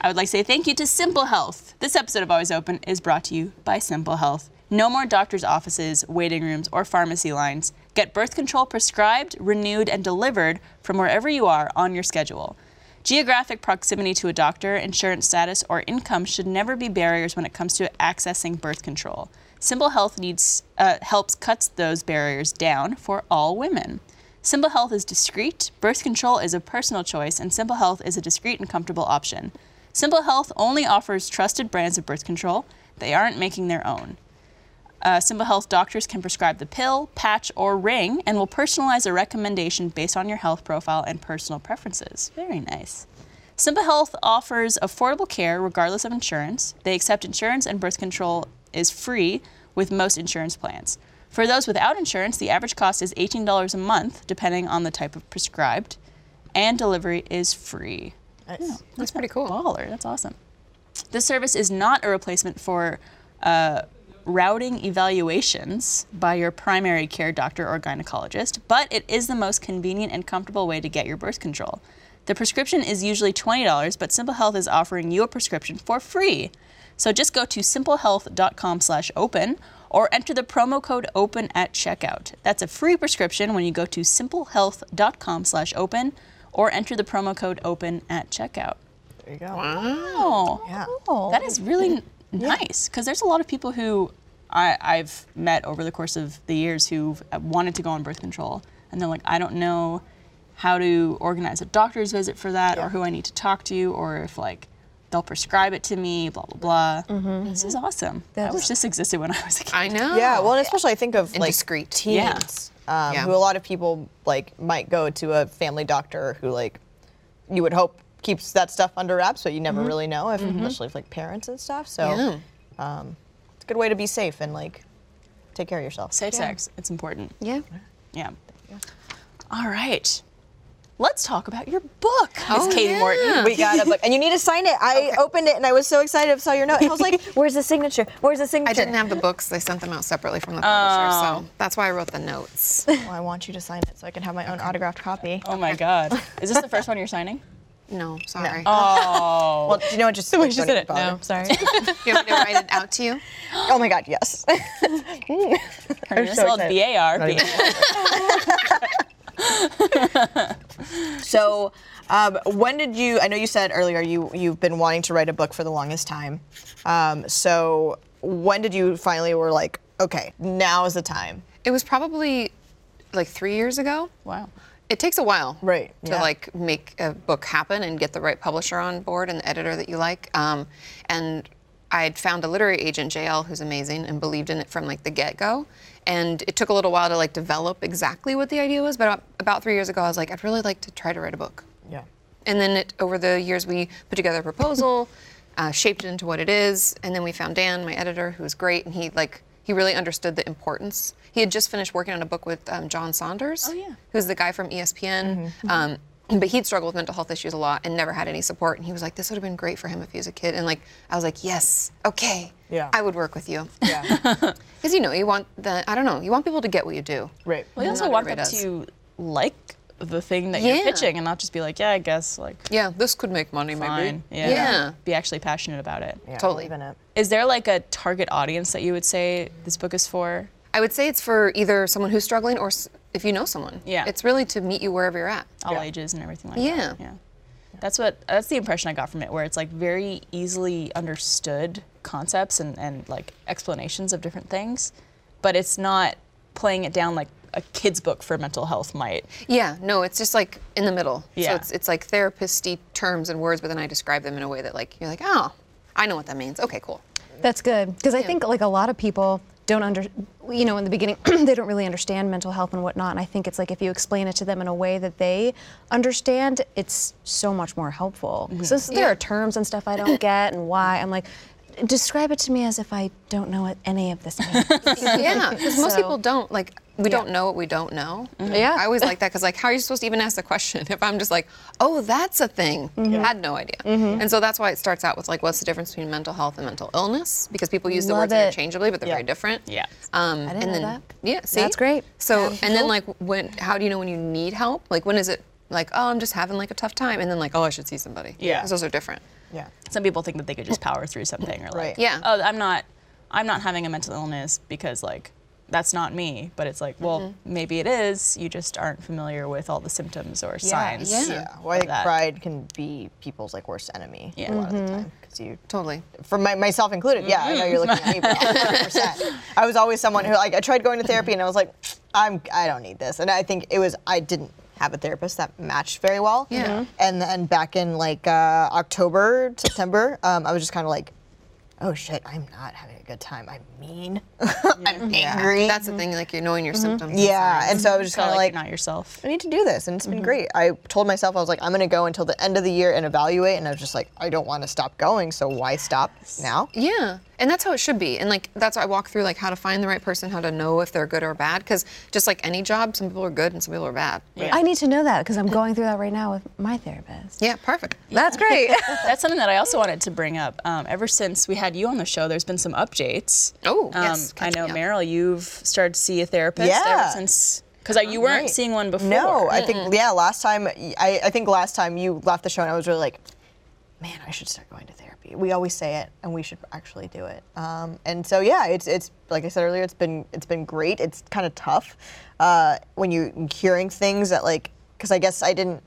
S2: I would like to say thank you to Simple Health. This episode of Always Open is brought to you by Simple Health. No more doctor's offices, waiting rooms, or pharmacy lines. Get birth control prescribed, renewed, and delivered from wherever you are on your schedule. Geographic proximity to a doctor, insurance status, or income should never be barriers when it comes to accessing birth control. Simple Health needs uh, helps cuts those barriers down for all women. Simple Health is discreet, birth control is a personal choice, and Simple Health is a discreet and comfortable option. Simple Health only offers trusted brands of birth control. They aren't making their own. Uh, Simple Health doctors can prescribe the pill, patch, or ring and will personalize a recommendation based on your health profile and personal preferences. Very nice. Simple Health offers affordable care regardless of insurance. They accept insurance and birth control is free with most insurance plans. For those without insurance, the average cost is $18 a month depending on the type of prescribed, and delivery is free.
S5: That's pretty cool.
S2: Baller, that's awesome. This service is not a replacement for uh, routing evaluations by your primary care doctor or gynecologist, but it is the most convenient and comfortable way to get your birth control. The prescription is usually $20, but Simple Health is offering you a prescription for free. So just go to simplehealth.com slash open or enter the promo code open at checkout. That's a free prescription when you go to simplehealth.com slash open or enter the promo code open at checkout.
S4: There you go.
S2: Oh,
S4: Yeah.
S2: that is really n- nice because there's a lot of people who I, I've met over the course of the years who have wanted to go on birth control and they're like, I don't know how to organize a doctor's visit for that or who I need to talk to or if like they'll prescribe it to me, blah, blah, blah. This is awesome. I wish this existed when I was a kid.
S5: I know.
S4: Yeah, well, and especially I think of
S5: And
S4: like
S5: discreet.
S2: Yeah.
S4: teens, um,
S5: Yeah.
S4: who a lot of people like might go to a family doctor who like you would hope keeps that stuff under wraps, but you never really know, if, especially if like parents and stuff. So
S5: Yeah.
S4: um, it's a good way to be safe and like take care of yourself.
S2: Safe sex, it's important.
S3: Yeah.
S2: Yeah. All right. let's talk about your book, Miss
S5: Oh,
S2: Katie
S5: yeah.
S2: Morton.
S4: We got a book, and you need to sign it. I opened it, and I was so excited. I saw your note. and I was like, "Where's the signature? Where's the signature?"
S5: I didn't have the books. They sent them out separately from the publisher,
S2: Oh.
S5: so that's why I wrote the notes.
S4: Well, I want you to sign it so I can have my own autographed copy.
S2: Oh my God. Is this the first one you're signing?
S5: No, sorry.
S2: Oh.
S4: Well, do you know what? Just the way she said
S3: No, sorry.
S5: You want me to write it out to you?
S4: Oh my God, yes.
S2: Her name
S4: so
S2: spelled
S4: excited.
S2: B-A-R-B.
S4: so, um, when did you? I know you said earlier you you've been wanting to write a book for the longest time. Um, so, when did you finally were like, okay, now is the time?
S5: It was probably like three years ago.
S2: Wow.
S5: It takes a while,
S4: Right,
S5: to
S4: yeah.
S5: like make a book happen and get the right publisher on board and the editor that you like. Um, and I had found a literary agent, JL, who's amazing and believed in it from like the get-go. And it took a little while to like develop exactly what the idea was. But about- about three years ago, I was like, I'd really like to try to write a book.
S4: Yeah.
S5: And then it, over the years, we put together a proposal, uh, shaped it into what it is, and then we found Dan, my editor, who was great, and he like he really understood the importance. He had just finished working on a book with um, John Saunders, oh,
S2: yeah.
S5: who's the guy from ESPN.
S4: Mm-hmm.
S5: Um, but he'd struggled with mental health issues a lot and never had any support. And he was like, "This would have been great for him if he was a kid." And like, I was like, "Yes, okay,
S4: Yeah.
S5: I would work with you."
S4: Yeah.
S5: Because you know, you want the I don't know, you want people to get what you do.
S4: right.
S2: Well, you also
S5: Not
S2: want them
S5: everybody does.
S2: to like the thing that
S5: Yeah.
S2: you're pitching and not just be like, yeah, I guess, like,
S5: Yeah, this could make money,
S2: fine.
S5: maybe.
S2: Be actually passionate about it. Is
S4: Yeah,
S5: Totally.
S4: believe in it.
S2: there like a target audience that you would say this book is for?
S5: I would say it's for either someone who's struggling or s- if you know someone.
S2: Yeah.
S5: It's really to meet you wherever you're at.
S2: all
S4: Yeah.
S2: ages and everything like
S5: Yeah.
S2: that. Yeah. That's what that's the impression I got from it, where it's like very easily understood concepts and, and like explanations of different things, but it's not playing it down like a kid's book for mental health might.
S5: Yeah, no, it's just like in the middle.
S2: Yeah.
S5: So it's, it's like therapist terms and words, but then I describe them in a way that like, you're like, oh, I know what that means. Okay, cool.
S3: That's good because I think like a lot of people don't under you know in the beginning they don't really understand mental health and whatnot and I think it's like if you explain it to them in a way that they understand it's so much more helpful.
S5: Mm-hmm.
S3: So s- there are terms and stuff I don't get and why I'm like describe it to me as if I don't know what any of this means.
S5: yeah, because most
S3: So-
S5: people don't like. We don't know what we don't know.
S3: Yeah.
S5: Mm-hmm. I always like that because like, how are you supposed to even ask the question if I'm just like, oh, that's a thing, had no idea. And so that's why it starts out with like, what's the difference between mental health and mental illness? Because people use the
S3: Love
S5: words
S3: it.
S5: interchangeably, but they're very different.
S2: Yeah.
S5: Um,
S3: I didn't
S5: and
S3: know
S5: then,
S3: that.
S5: Yeah. See,
S3: That's great.
S5: So and then like, when? How do you know when you need help? Like, when is it? Like, oh, I'm just having like a tough time, and then like, oh, I should see somebody.
S2: Yeah.
S5: 'Cause those are different.
S4: Yeah.
S2: Some people think that they could just power through something or like
S4: Right.
S5: Yeah.
S2: oh I'm not I'm not having a mental illness because like that's not me. But it's like, well,
S4: Mm-hmm.
S2: maybe it is. You just aren't familiar with all the symptoms or signs.
S5: Yeah.
S4: Yeah. Well, I think
S2: that.
S4: pride can be people's like worst enemy
S2: Yeah.
S4: a lot of the time because you
S5: Totally.
S4: for my, myself included. Yeah, I know you're looking at me, but
S2: Mm-hmm.
S4: 100%. I was always someone who like I tried going to therapy and I was like, I'm I don't need this, and I think it was I didn't have a therapist that matched very well.
S5: Yeah. Mhm.
S4: And then back in like uh, October, September, um, I was just kind of like. Oh shit! I'm not having a good time. I'm mean. I'm angry.
S5: That's the thing. Like, you're knowing your symptoms.
S4: yeah, and so I was just
S2: So
S4: kind of
S2: like, you're
S4: like,
S2: not Mm-hmm. yourself.
S4: I need to do this, and it's been great. I told myself I was like, I'm gonna go until the end of the year and evaluate, and I was just like, I don't want to stop going, so why stop now?
S5: Yeah, and that's how it should be. And like that's why I walk through like how to find the right person, how to know if they're good or bad. Because just like any job, some people are good and some people are bad. Yeah,
S3: I need to know that because I'm going through that right now with my therapist.
S5: perfect.
S3: That's great.
S2: That's something that I also wanted to bring up. Um, ever since we had you on the show, there's been some updates. Um,
S5: Oh, yes,
S2: I
S5: catch
S2: know,
S5: me up.
S2: Meryl, you've started to see a therapist ever
S4: Yeah.
S2: since, because you weren't
S4: Right.
S2: seeing one before.
S4: No, I think yeah. Last time, I, I think last time you left the show, and I was really like, man, I should start going to therapy. We always say it, and we should actually do it. Um, and so yeah, it's it's like I said earlier, it's been it's been great. It's kind of tough uh, when you're hearing things that like, because I guess I didn't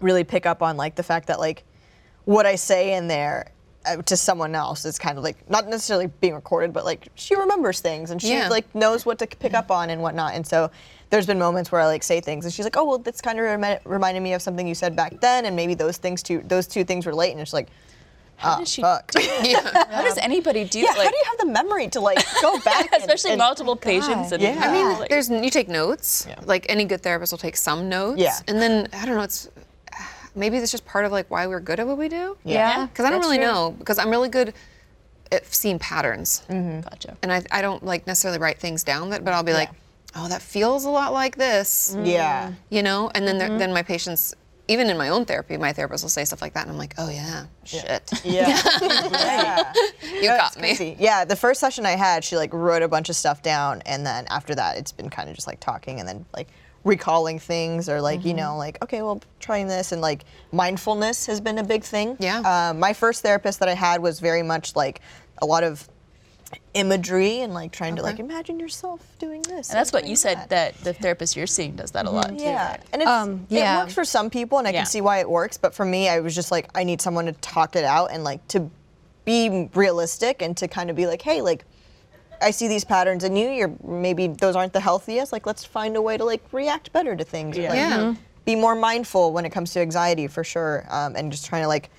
S4: really pick up on like the fact that like what I say in there uh, to someone else is kind of like not necessarily being recorded, but like she remembers things and she
S5: Yeah.
S4: like knows what to c- pick up on and whatnot. And so there's been moments where I like say things and she's like, oh well, that's kind of remi- reminded me of something you said back then, and maybe those things two those two things relate. And it's like, "Ah,
S2: How, does she,
S4: fuck.
S5: Yeah.
S2: how does anybody do
S4: yeah,
S2: that?
S4: how do you have the memory to like go back? and-
S2: especially
S4: and-
S2: multiple patients? And,
S4: Yeah. I mean,
S2: like-
S5: There's you take notes. Like any good therapist will take some notes.
S4: Yeah.
S5: And then I don't know. It's maybe it's just part of like why we're good at what we do.
S3: yeah.
S5: Because I don't
S3: that's
S5: really
S3: true.
S5: know. Because I'm really good at seeing patterns.
S2: gotcha.
S3: Mm.
S5: and I, I don't like necessarily write things down that but I'll be like oh, that feels a lot like this.
S3: Mm.
S4: Yeah.
S5: You know, and then there then my patients, even in my own therapy, my therapist will say stuff like that, and I'm like, oh yeah, shit,
S4: Yeah. yeah.
S5: you got me.
S4: Crazy. Yeah, the first session I had, she like wrote a bunch of stuff down, and then after that, it's been kind of just like talking and then like recalling things or like
S2: Mm-hmm.
S4: you know like okay, well trying this and like mindfulness has been a big thing.
S5: Yeah.
S4: Um, my first therapist that I had was very much like a lot of imagery and like trying to like imagine yourself doing this.
S2: And that's what
S4: doing
S2: you said that the therapist you're seeing does that a lot too.
S4: Mm-hmm. yeah,
S2: right?
S4: and it's,
S3: Um, yeah.
S4: it works for some people, and I
S2: Yeah.
S4: can see why it works. But for me, I was just like, I need someone to talk it out and like to be realistic and to kind of be like, hey, like I see these patterns in you. You're maybe those aren't the healthiest. Like let's find a way to like react better to things. Yeah. Like,
S5: Yeah. Mhm.
S4: Be more mindful when it comes to anxiety for sure, um, and just trying to like.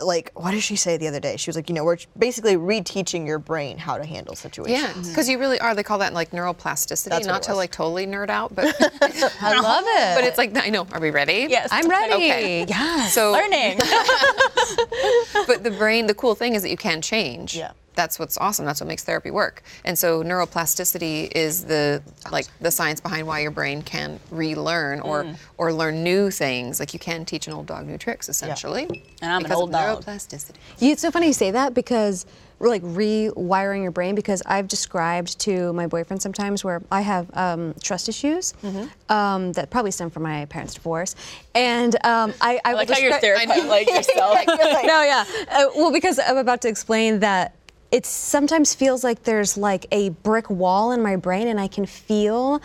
S4: Like, what did she say the other day? She was like, you know, we're basically reteaching your brain how to handle situations.
S5: Yeah, because you really are. They call that like neuroplasticity.
S4: That's what
S5: Not
S4: it
S5: to
S4: was.
S5: like totally nerd out, but
S3: I love it.
S5: but it's like I know. Are we ready?
S2: Yes.
S3: I'm ready.
S5: Okay.
S3: Yes.
S5: So
S2: Learning.
S5: but the brain, the cool thing is that you can change.
S4: Yeah.
S5: That's what's awesome. That's what makes therapy work. And so neuroplasticity is the like the science behind why your brain can relearn or or learn new things. Like you can teach an old dog new tricks essentially.
S2: And I'm an
S5: because
S2: old
S5: of
S2: dog.
S5: Neuroplasticity.
S3: You, it's so funny you say that because we're like rewiring your brain because I've described to my boyfriend sometimes where I have um, trust issues
S5: Mm-hmm.
S3: um, that probably stem from my parents' divorce, and um, I, I,
S2: I
S3: would
S2: like how your
S3: descri-
S2: therapist like yourself.
S3: no, yeah. Uh, well, because I'm about to explain that it sometimes feels like there's like a brick wall in my brain, and I can feel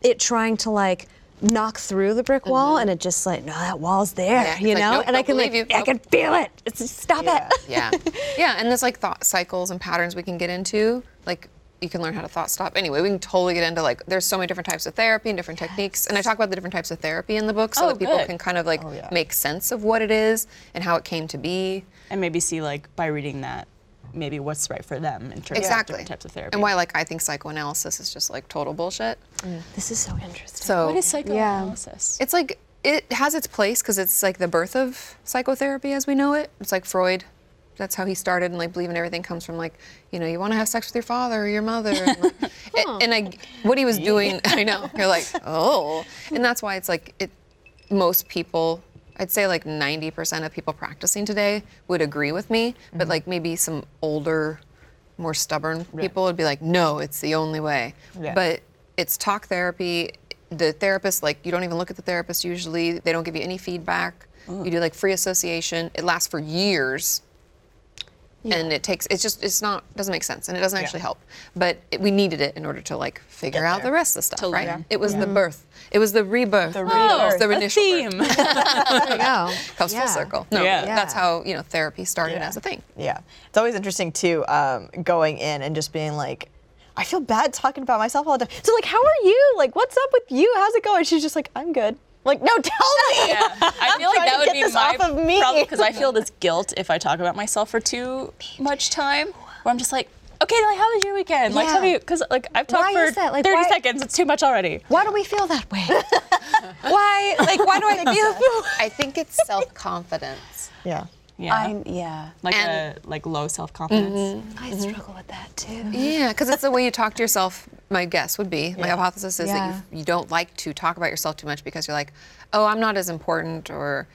S3: it trying to like knock through the brick wall, and it just like no, that wall's there,
S5: Mm-hmm. Yeah, it's
S3: you
S5: like,
S3: know.
S5: nope,
S3: and I
S5: don't
S3: can like
S5: believe you.
S3: I can feel it. It's just, stop it.
S5: yeah yeah and there's like thought cycles and patterns we can get into like you can learn how to thought stop anyway we can totally get into like there's so many different types of therapy and different techniques and i talk about the different types of therapy in the book so
S2: Oh,
S5: that people
S2: good.
S5: can kind of like make sense of what it is and how it came to be
S2: and maybe see like by reading that, maybe what's right for them in terms
S5: exactly
S2: of different types of therapy.
S5: and why like i think psychoanalysis is just like total bullshit
S3: This is so interesting.
S5: so
S2: what is psychoanalysis?
S5: It's like it has its place because it's like the birth of psychotherapy as we know it. It's like Freud. That's how he started, and like believing everything comes from like, you know, you want to have sex with your father or your mother, and, like, and, and I, what he was doing, I know. You're like, oh, and that's why it's like it. Most people, I'd say like 90% of people practicing today would agree with me, but like maybe some older, more stubborn people would be like, no, it's the only way. But it's talk therapy the therapist like you don't even look at the therapist usually they don't give you any feedback you do like free association it lasts for years and it takes it's just it's not doesn't make sense and it doesn't actually help but it, we needed it in order to like figure out the rest of the stuff right it was the birth it was the rebirth the
S2: Oh,
S5: the
S2: a
S5: initial birth.
S2: theme.
S3: there you go.
S5: comes
S3: Yeah.
S5: full circle no
S2: Yeah.
S5: that's
S3: Yeah.
S5: how you know therapy started as a thing
S4: Yeah. It's always interesting too, um, going in and just being like, I feel bad talking about myself all the time. So like, how are you? Like, what's up with you? How's it going? She's just like, I'm good. Like, no, tell me.
S2: Yeah. I feel like
S4: trying
S2: that
S4: to
S2: would
S4: get
S2: be
S4: this
S2: my
S4: off of me.
S2: problem because I feel this guilt if I talk about myself for too much time, where I'm just like, okay, like how was your weekend? Like
S3: Yeah.
S2: tell me, because like I've talked
S3: Why
S2: for
S3: is that? Like,
S2: 30
S3: why-
S2: seconds, it's too much already.
S3: Why do we feel that way? why, like, why do I feel?
S5: i think it's self-confidence
S4: Yeah.
S2: Yeah,
S3: I'm, yeah.
S2: like
S5: and-
S2: a like low self confidence.
S3: I
S5: Mm-hmm.
S3: struggle with that too.
S5: Yeah, because it's the way you talk to yourself. My guess would be, my hypothesis is
S3: Yeah.
S5: that you, you don't like to talk about yourself too much because you're like, oh, I'm not as important, or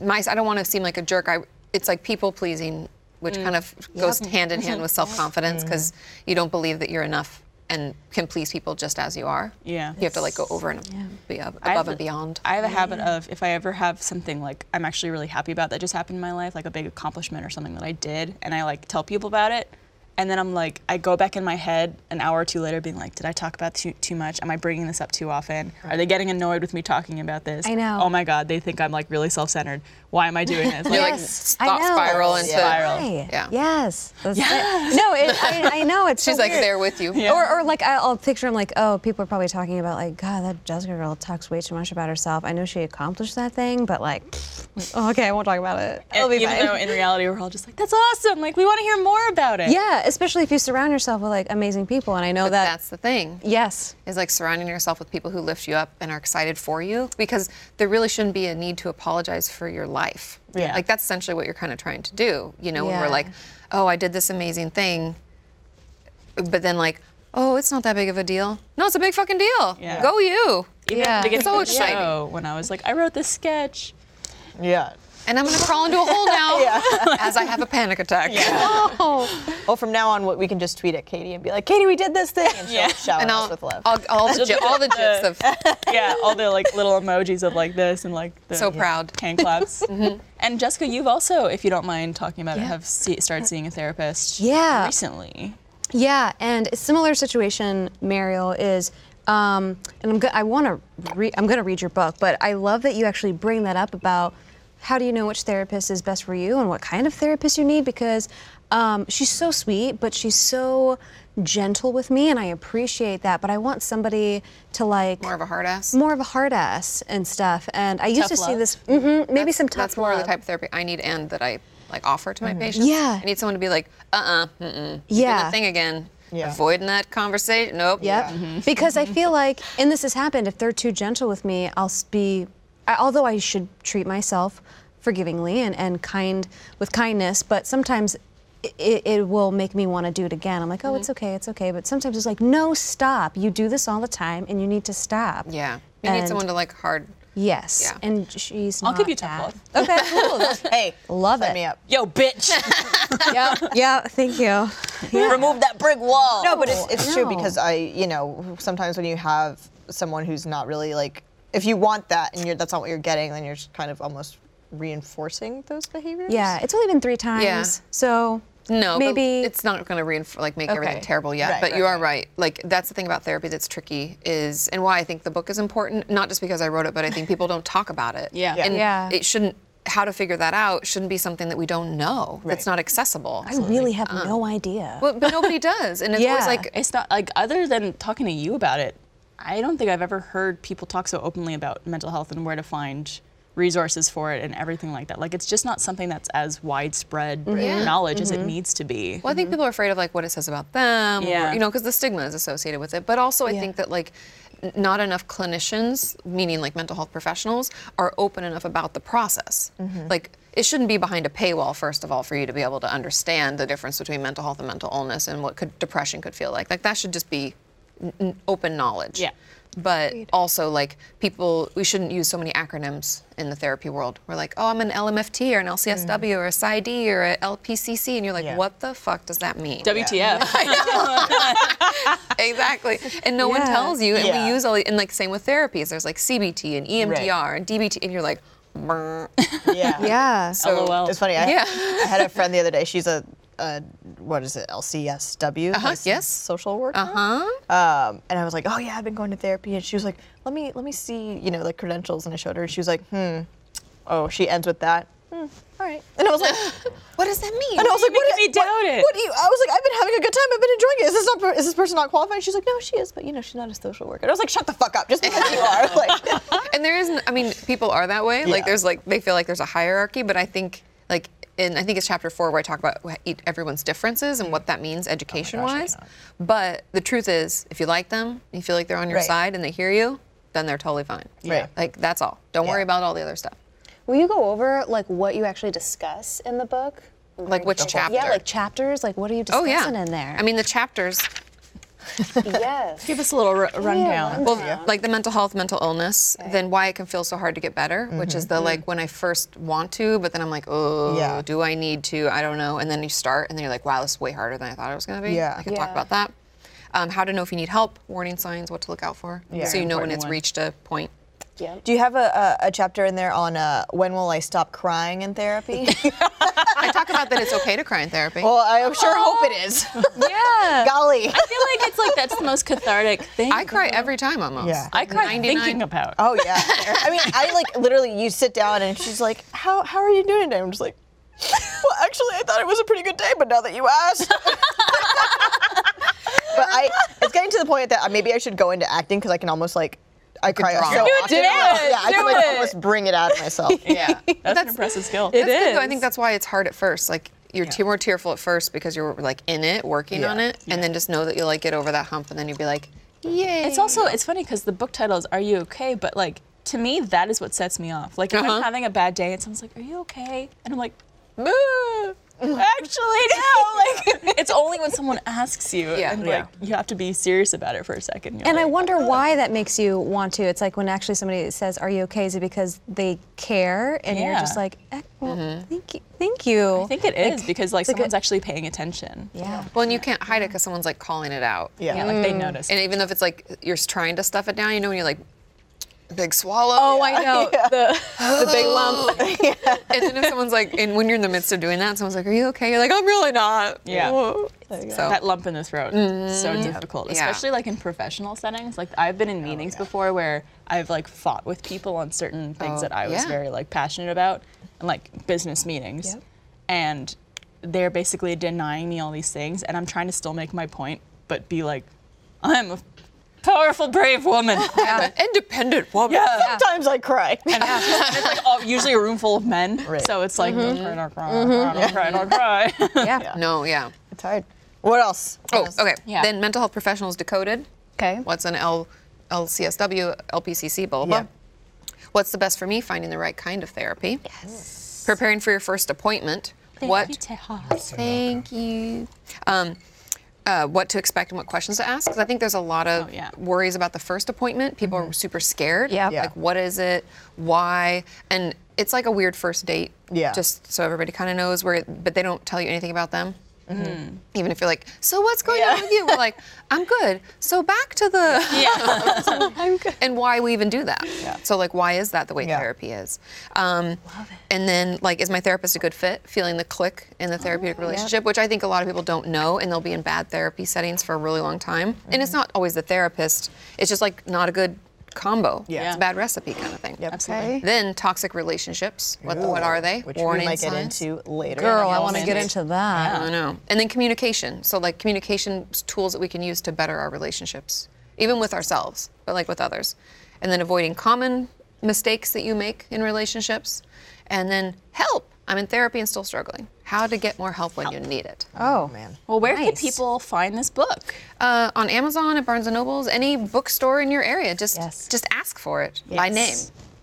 S5: my, I don't want to seem like a jerk. I, it's like people pleasing, which
S2: Mm.
S5: kind of goes hand in hand with self confidence because you don't believe that you're enough and can please people just as you are.
S2: Yeah.
S5: you have to like go over and be ab-
S2: I
S5: above
S2: have
S5: and
S2: a-
S5: beyond.
S2: I have a habit of if I ever have something like I'm actually really happy about that just happened in my life, like a big accomplishment or something that I did, and I like tell people about it, and then I'm like I go back in my head an hour or two later, being like, did I talk about too too much? Am I bringing this up too often? Are they getting annoyed with me talking about this?
S3: I know.
S2: Oh my God, they think I'm like really self-centered. Why am I doing this?
S5: You're like
S3: Yes, I
S5: thought
S3: know.
S5: spiral into
S2: Spiral.
S3: Right.
S5: Yeah.
S3: Yes. That's yes. No, it, I, I know. It's
S5: She's
S3: so
S5: like
S3: weird.
S5: there with you.
S3: Or, or like I- I'll picture him like, oh, people are probably talking about like, God, that Jessica girl talks way too much about herself. I know she accomplished that thing, but like, oh, okay, I won't talk about it. It'll be
S2: even
S3: fine.
S2: though in reality we're all just like, that's awesome. Like we want to hear more about it.
S3: yeah, especially if you surround yourself with like amazing people, and I know
S5: But
S3: that.
S5: that's the thing.
S3: yes.
S5: is like surrounding yourself with people who lift you up and are excited for you because there really shouldn't be a need to apologize for your life.
S2: Yeah.
S5: Like that's essentially what you're kind of trying to do. You know, when
S3: Yeah.
S5: we're like, oh, I did this amazing thing, but then like, oh, it's not that big of a deal. No, it's a big fucking deal.
S2: Yeah.
S5: Go you.
S2: Even at
S5: Yeah.
S2: the beginning
S5: So
S2: of the
S5: exciting.
S2: show, when I was like, I wrote this sketch.
S4: Yeah.
S5: And I'm gonna crawl into a hole now as I have a panic attack. Oh.
S4: Well, from now on, what- we can just tweet at Katie and be like, Katie, we did this thing. And she'll
S2: Yeah.
S4: shower
S5: And
S4: us
S5: I'll,
S4: with love.
S5: I'll, all the gi- all the gifs of
S2: Yeah, all the like little emojis of like this and like the
S5: So proud. Mm-hmm.
S2: hand claps. And Jessica, you've also, if you don't mind talking about it, have se- started seeing a therapist.
S3: Yeah.
S2: recently.
S3: Yeah, and a similar situation, Mariel, is, um, and I'm go- I want to, re- I'm going to read your book, but I love that you actually bring that up about how do you know which therapist is best for you and what kind of therapist you need because um, she's so sweet, but she's so gentle with me, and I appreciate that. But I want somebody to like
S5: more of a hard ass.
S3: more of a hard ass and stuff. And I used
S2: Tough
S3: to see
S2: love.
S3: this, hmm maybe some tough
S5: That's more
S3: love. Mm-hmm.
S5: of the type of therapy I need and that I like offer to my patients.
S3: Yeah.
S5: I need someone to be like, uh uh mm
S3: yeah.
S5: that thing again.
S4: Yeah.
S5: Avoiding that conversation. Nope.
S3: Yep.
S5: Mm-hmm.
S3: Because I feel like, and this has happened, if they're too gentle with me, I'll s- be, I, although I should treat myself forgivingly and, and kind with kindness, but sometimes it, it will make me want to do it again. I'm like, oh,
S5: Mm-hmm.
S3: it's okay, it's okay. But sometimes it's like, no, stop. You do this all the time and you need to stop.
S5: Yeah. You
S3: And-
S5: need someone to like hard.
S3: Yes.
S5: Yeah.
S3: And she's
S2: I'll
S3: not
S2: give you
S3: that.
S2: tough
S3: Okay, cool.
S6: Hey,
S3: Love
S4: Sign
S3: it.
S4: me up.
S2: Yo, bitch.
S3: Yeah, yeah, thank you.
S6: remove that brick wall.
S4: No, but it's, it's true
S3: No.
S4: because I, you know, sometimes when you have someone who's not really like, if you want that and you're, that's not what you're getting, then you're just kind of almost reinforcing those behaviors.
S3: Yeah, it's only been three times. So
S5: No, but
S3: maybe
S5: it's not going to reinforce, like make everything
S3: Okay.
S5: terrible yet.
S4: Right,
S5: but
S4: right,
S5: you are
S4: right.
S5: right. Like that's the thing about therapy that's tricky is, and why I think the book is important. Not just because I wrote it, but I think people don't talk about it.
S2: Yeah. Yeah.
S5: And
S3: Yeah.
S5: it shouldn't. How to figure that out shouldn't be something that we don't know. That's not accessible.
S3: I really have no idea.
S5: But, but nobody does, and it's
S3: Yeah.
S5: always like
S2: It's not like other than talking to you about it, I don't think I've ever heard people talk so openly about mental health and where to find resources for it and everything like that. Like it's just not something that's as widespread
S5: Yeah.
S2: knowledge as it needs to be.
S5: Well, I think people are afraid of like Mm-hmm. what it says about them,
S2: Mm-hmm. Yeah.
S5: or, you know, because the stigma is associated with it. But also, I think that like n- not enough clinicians, meaning like mental health professionals, are open enough about the process.
S2: Mm-hmm.
S5: Like it shouldn't be behind a paywall, first of all, for you to be able to understand the difference between mental health and mental illness and what could depression could feel like. Like that should just be n- n- open knowledge.
S2: Yeah.
S5: But also, like people, we shouldn't use so many acronyms in the therapy world. We're like, oh, I'm an LMFT or an LCSW
S2: Mm-hmm.
S5: or a PsyD or a LPCC, and you're like,
S4: Yeah.
S5: what the fuck does that mean?
S2: WTF.
S5: exactly. And no one
S3: Yeah.
S5: tells you. And
S4: Yeah.
S5: we use all, the- and like same with therapies. There's like CBT and E EMDR and DBT, and you're like, brr.
S4: Yeah.
S3: yeah.
S2: LOL.
S4: It's funny. I,
S5: Yeah.
S4: I had a friend the other day. She's a, a what is it? LCSW. licensed
S5: yes. Uh-huh.
S4: Social worker.
S5: huh?
S4: Um, and I was like, oh yeah, I've been going to therapy. And she was like, let me let me see, you know, like credentials. And I showed her. And she was like, hmm. Oh, she ends with that. Hmm. All right. And I was like,
S5: What does that mean?
S4: and I was like, what
S2: making
S4: do
S2: me
S4: you- what-
S2: doubt it.
S4: What do you? I was like, I've been having a good time. I've been enjoying it. Is this not, per- is this person not qualified? She's like, no, she is, but you know, she's not a social worker. And I was like, shut the fuck up, just because you are. Like,
S5: and there isn't i mean people are that way
S4: Yeah.
S5: like there's like they feel like there's a hierarchy but i think like in i think it's chapter four where i talk about wh- each- everyone's differences and what that
S4: Oh
S5: means education wise but the truth is if you like them you feel like they're on your
S4: Right.
S5: side and they hear you then they're totally fine
S4: Right.
S5: like that's all don't worry
S4: Yeah.
S5: about all the other stuff
S7: Will you go over like what you actually discuss in the book?
S5: like which chapter
S7: Yeah, like chapters. Like what are you
S5: oh
S7: discussing
S5: yeah
S7: in there?
S5: i mean the chapters
S7: yes.
S2: Give us a little r- rundown.
S5: Well, like the mental health, mental illness, then why it can feel so hard to get better, which
S4: Mm-hmm.
S5: is the like when I first want to, but then I'm like, oh,
S4: Yeah.
S5: do I need to? I don't know. And then you start, and then you're like, wow, this is way harder than I thought it was going to be.
S4: Yeah.
S5: I could talk
S7: Yeah.
S5: about that. Um, how to know if you need help, warning signs, what to look out for, so you know
S2: important
S5: when it's
S2: one.
S5: reached a point.
S4: do you have a, a, a chapter in there on uh, when will I stop crying in therapy?
S5: I talk about that it's okay to cry in therapy.
S4: well, I'm sure hope it is.
S2: yeah.
S4: Golly.
S2: I feel like it's like that's the most cathartic thing.
S5: I cry every time almost.
S4: Yeah.
S2: I cry
S5: 99.
S2: thinking about.
S4: Oh yeah. I mean, I like literally. You sit down and she's like, "How how are you doing today?" I'm just like, "Well, actually, I thought it was a pretty good day, but now that you asked." but I, it's getting to the point that uh, maybe I should go into acting because I can almost like, I cry so
S5: draw.
S4: often.
S5: Do
S2: it, do it,
S4: Yeah, I can
S2: do
S4: like
S2: it.
S4: almost bring it out of myself.
S5: Yeah.
S2: That's, an impressive skill.
S5: That's good, though. I think that's why it's hard at first. Like you're te- more tearful at first because you're like in it, working
S4: Yeah.
S5: on it, and then just know that you'll like get over that hump, and then you'll be like, yay.
S2: It's also it's funny because the book title is "Are You Okay?" But like to me, that is what sets me off. Like if I'm
S5: Uh-huh.
S2: having a bad day and someone's like, "Are you okay?" and I'm like, "Boo." Actually, no. Like it's it's only when someone asks you,
S5: Yeah.
S2: and
S5: Yeah.
S2: like you have to be serious about it for a second. You're
S3: And I
S2: like,
S3: wonder why that makes you want to. It's like when actually somebody says, "Are you okay?" Is it because they care, and you're
S2: Yeah.
S3: just like, eh, well, "Thank you, thank you."
S2: I think it is because like
S3: it's like a-
S2: someone's actually paying attention.
S3: yeah.
S5: Well, and you can't hide it because someone's like calling it out.
S2: Yeah, like they notice.
S5: And even if it's like you're trying to stuff it down, you know, when you're like, big swallow. Oh.
S3: Oh, I know the, the big lump.
S5: and then if someone's like, and when you're in the midst of doing that, someone's like, "Are you okay?" You're like, "I'm really not."
S2: Yeah.
S5: Whoa. So
S2: that lump in the throat so difficult
S5: Oh. Mm-hmm. Yeah. Oh,
S2: especially like in professional settings like i've been in meetings before where i've like fought with people on certain things
S5: Oh,
S2: that i was
S5: yeah.
S2: very like passionate about and like business meetings and they're basically denying me all these things and i'm trying to still make my point but be like i'm a powerful brave woman
S5: I'm an independent woman.
S2: yeah
S4: Sometimes I cry.
S2: it's like all, usually a room full of men so it's like don't cry don't cry don't cry don't cry
S3: Yeah.
S5: No. Mm-hmm. Yeah.
S4: It's hard. What else?
S5: Oh, okay.
S2: Yeah.
S5: Then mental health professionals decoded.
S7: Okay.
S5: What's an L, LCSW, LPCC, blah, blah,
S4: Yeah.
S5: blah. What's the best for me? Finding the right kind of therapy. Yes. Preparing for your first appointment. what? Thank you. Um, uh, what to expect and what questions to ask. 'Cause I think there's a lot of
S2: Oh, yeah. Mm-hmm.
S5: worries about the first appointment. People are super scared.
S7: Yep.
S4: Yeah.
S5: Like, what is it? Why? And it's like a weird first date.
S4: Yeah.
S5: Just so everybody kind of knows where, but they don't tell you anything about them.
S4: Mm-hmm.
S2: Mm.
S5: Even if you're like, so what's going on with you? We're like, I'm good. So back to the and why we even do that. So like, why is that the way
S4: Yeah.
S5: therapy is? Um, Love it. And then like, is my therapist a good fit? Feeling the click in the
S4: Oh,
S5: therapeutic relationship, which I think a lot of people don't know, and they'll be in bad therapy settings for a really long time. And
S4: Mm-hmm.
S5: it's not always the therapist. It's just like not a good combo.
S4: Yeah.
S5: It's a bad recipe kind of thing.
S4: Absolutely.
S5: Then toxic relationships. What, what are they?
S4: Which
S5: Warning
S4: we might get
S5: signs.
S4: into later.
S3: Girl, I
S2: all
S3: want to get
S2: men.
S3: into that.
S5: I know. Um, And then communication. So like communication s- tools that we can use to better our relationships, even with ourselves, but like with others. And then avoiding common mistakes that you make in relationships. And then help. I'm in therapy and still struggling. How to get more help when you need it.
S4: Oh man.
S2: well where can people find this book
S5: Uh, on Amazon, at Barnes and Nobles, any bookstore in your area, just
S3: Yes.
S5: just ask for it by name.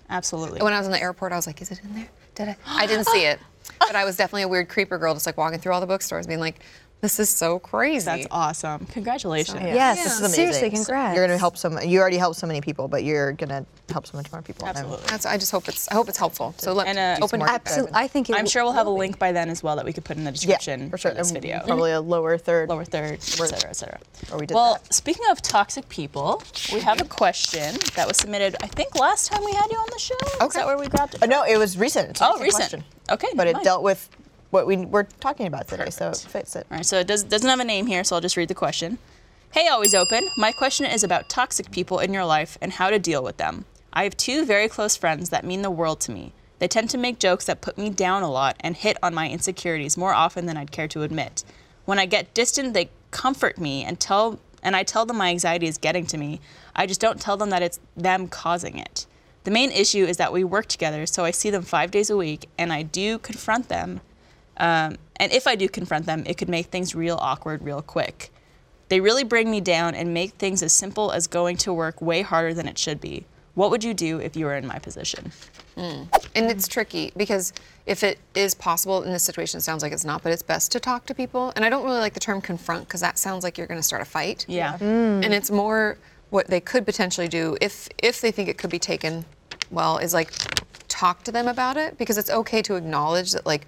S2: absolutely
S5: When I was in the airport, I was like, "Is it in there?" Did I? I didn't see it, but I was definitely a weird creeper girl, just like walking through all the bookstores, being like, "This is so crazy."
S2: That's awesome. Congratulations.
S3: Yes,
S4: This is amazing.
S3: seriously, congrats.
S4: You're gonna help some. You already helped so many people, but you're gonna help so much more people. I'm-
S2: Absolutely.
S5: That's, I just hope it's I hope it's helpful. So let
S2: And, uh,
S5: open
S4: Smart
S3: Absol- I think it
S2: I'm
S3: w-
S2: sure we'll have a link by then as well that we could put in the
S4: Yeah,
S2: description
S4: for sure.
S2: this
S4: And
S2: video.
S4: Probably a lower third.
S2: Lower third, et cetera, et cetera.
S4: Or we did
S2: well,
S4: that.
S2: speaking of toxic people, we have a question that was submitted, I think, last time we had you on the show. Is
S5: Okay.
S2: that where we grabbed it?
S4: Uh, no, it was recent. It's a
S2: Oh, recent.
S4: question.
S2: Okay,
S4: But it
S2: never mind.
S4: dealt with what we were talking about today, so it fits it.
S2: All right, so it does, doesn't have a name here, so I'll just read the question. Hey, Always Open. My question is about toxic people in your life and how to deal with them. I have two very close friends that mean the world to me. They tend to make jokes that put me down a lot and hit on my insecurities more often than I'd care to admit. When I get distant, they comfort me and tell and I tell them my anxiety is getting to me. I just don't tell them that it's them causing it. The main issue is that we work together, so I see them 5 days a week and I do confront them and if I do confront them, it could make things real awkward real quick. They really bring me down and make things as simple as going to work way harder than it should be. What would you do if you were in my position?
S5: And it's tricky because if it is possible in this situation, it sounds like it's not, but it's best to talk to people. And I don't really like the term confront because that sounds like you're going to start a fight.
S2: Yeah. Mm,
S5: And it's more what they could potentially do if if they think it could be taken well is like talk to them about it because it's okay to acknowledge that like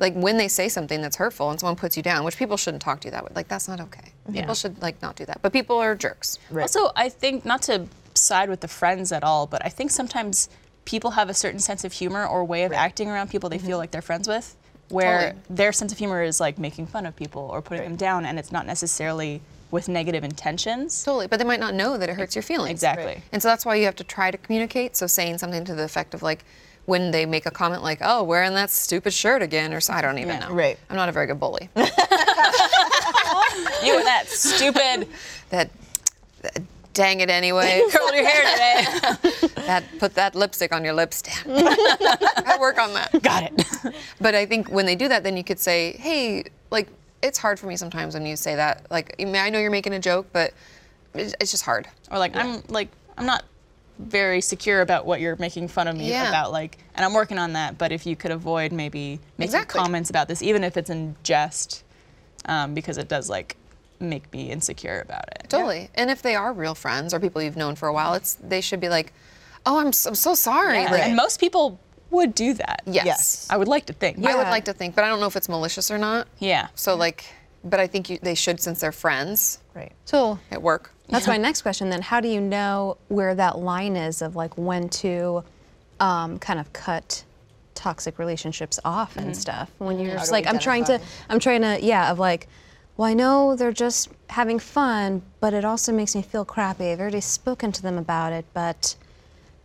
S5: like when they say something that's hurtful and someone puts you down, which people shouldn't talk to you that way. Like that's not okay. People should like not do that. But people are jerks.
S2: Also, I think not to side with the friends at all, but I think sometimes people have a certain sense of humor or way of acting around people they feel like they're friends with, where
S5: Totally.
S2: their sense of humor is like making fun of people or putting them down, and it's not necessarily with negative intentions.
S5: Totally, but they might not know that it hurts your feelings.
S2: Exactly. Right.
S5: And so that's why you have to try to communicate. So saying something to the effect of like, when they make a comment like, "Oh, wearing that stupid shirt again," or so, I don't even know.
S4: Right.
S5: I'm not a very good bully.
S2: you and that stupid,
S5: that, that- dang it anyway.
S2: curled your hair today.
S5: that put that lipstick on your lips. Damn. I work on that.
S2: Got it.
S5: But I think when they do that, then you could say, hey, like, it's hard for me sometimes when you say that. Like, I mean, I know you're making a joke, but it's it's just hard.
S2: or like I'm like I'm not very secure about what you're making fun of me
S5: Yeah.
S2: about like and I'm working on that but if you could avoid maybe making
S5: Exactly.
S2: comments about this even if it's in jest um, because it does like make me insecure about it.
S5: Totally. And if they are real friends or people you've known for a while, it's they should be like, "Oh, I'm so, I'm so sorry."
S2: Yeah,
S5: Like,
S2: And most people would do that.
S5: yes.
S4: Yes.
S2: I would like to think.
S5: I would like to think, but I don't know if it's malicious or not.
S2: Yeah.
S5: So like, but I think you, they should since they're friends
S4: Right.
S3: So
S5: at work.
S3: that's my next question then. How do you know where that line is of like when to um, kind of cut toxic relationships off
S2: Mm-hmm.
S3: and stuff? When you're just
S4: do we
S3: like, I'm trying to, I'm trying to, yeah, of like, well, I know they're just having fun, but it also makes me feel crappy. I've already spoken to them about it, but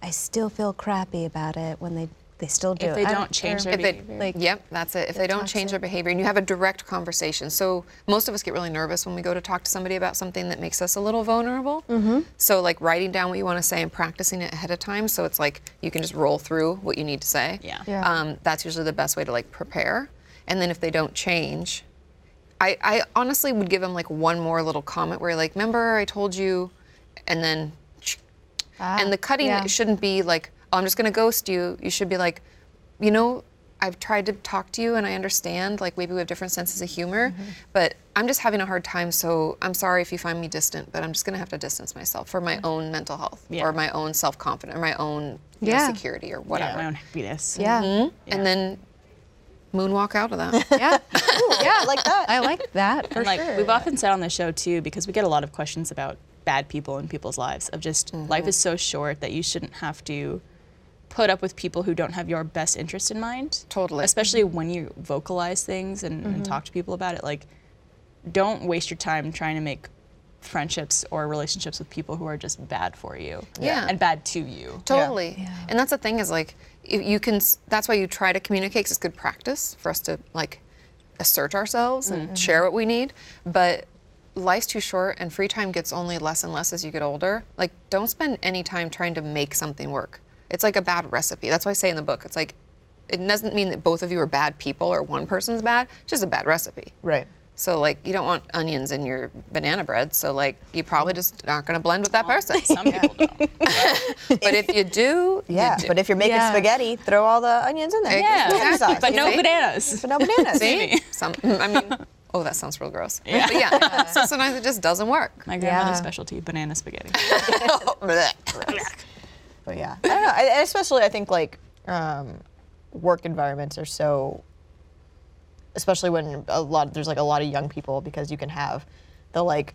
S3: I still feel crappy about it when they, they still do.
S2: If they
S3: it. I
S2: don't change
S3: care.
S2: their
S5: If
S2: behavior.
S5: they, yep, that's it. If they don't change their behavior and you have a direct conversation. So most of us get really nervous when we go to talk to somebody about something that makes us a little vulnerable. Mm-hmm. So like writing down what you want to say and practicing it ahead of time. So it's like you can just roll through what you need to say.
S2: Yeah.
S3: Yeah.
S5: Um, that's usually the best way to like prepare. And then if they don't change, I, I honestly would give them like one more little comment where like, remember I told you, and then, and the cutting
S3: Ah, yeah.
S5: shouldn't be like, oh, I'm just gonna ghost you. You should be like, you know, I've tried to talk to you and I understand. Like maybe we have different senses of humor,
S3: Mm-hmm.
S5: but I'm just having a hard time. So I'm sorry if you find me distant, but I'm just gonna have to distance myself for my own mental health
S2: Yeah.
S5: or my own self confidence or my own you know,
S3: Yeah.
S5: security or whatever.
S2: my own happiness.
S3: Yeah.
S5: And then moonwalk out of that.
S3: Yeah.
S4: Yeah, like that.
S3: I like that for
S2: And like
S3: sure.
S2: we've often said on the show too, because we get a lot of questions about bad people in people's lives of just
S3: Mm-hmm.
S2: life is so short that you shouldn't have to put up with people who don't have your best interest in mind.
S5: Totally.
S2: Especially when you vocalize things and,
S3: Mm-hmm.
S2: and talk to people about it. Like don't waste your time trying to make friendships or relationships with people who are just bad for you.
S5: Yeah.
S2: And bad to you.
S5: Totally. And that's the thing is like you, you can. s- That's why you try to communicate. 'cause it's good practice for us to like assert ourselves
S4: Mm-hmm.
S5: and share what we need. But life's too short, and free time gets only less and less as you get older. Like, don't spend any time trying to make something work. It's like a bad recipe. That's why I say in the book, it's like it doesn't mean that both of you are bad people or one person's bad. It's just a bad recipe.
S4: Right.
S5: So like you don't want onions in your banana bread. So like you probably just aren't going to blend with that person.
S2: Some people don't.
S5: but if you do, you
S4: Yeah.
S5: do.
S4: But if you're making
S3: Yeah.
S4: spaghetti, throw all the onions in there.
S5: Yeah.
S4: Spaghetti sauce,
S2: But
S4: you
S2: no
S4: know?
S2: bananas.
S4: But no bananas.
S5: See? Some, I mean, oh, that sounds real gross. Yeah. But yeah, so sometimes it just doesn't work.
S2: My grandmother's
S3: Yeah.
S2: specialty, banana spaghetti.
S4: But yeah, I don't know. I, and especially, I think like um, work environments are so, especially when a lot there's like a lot of young people because you can have the like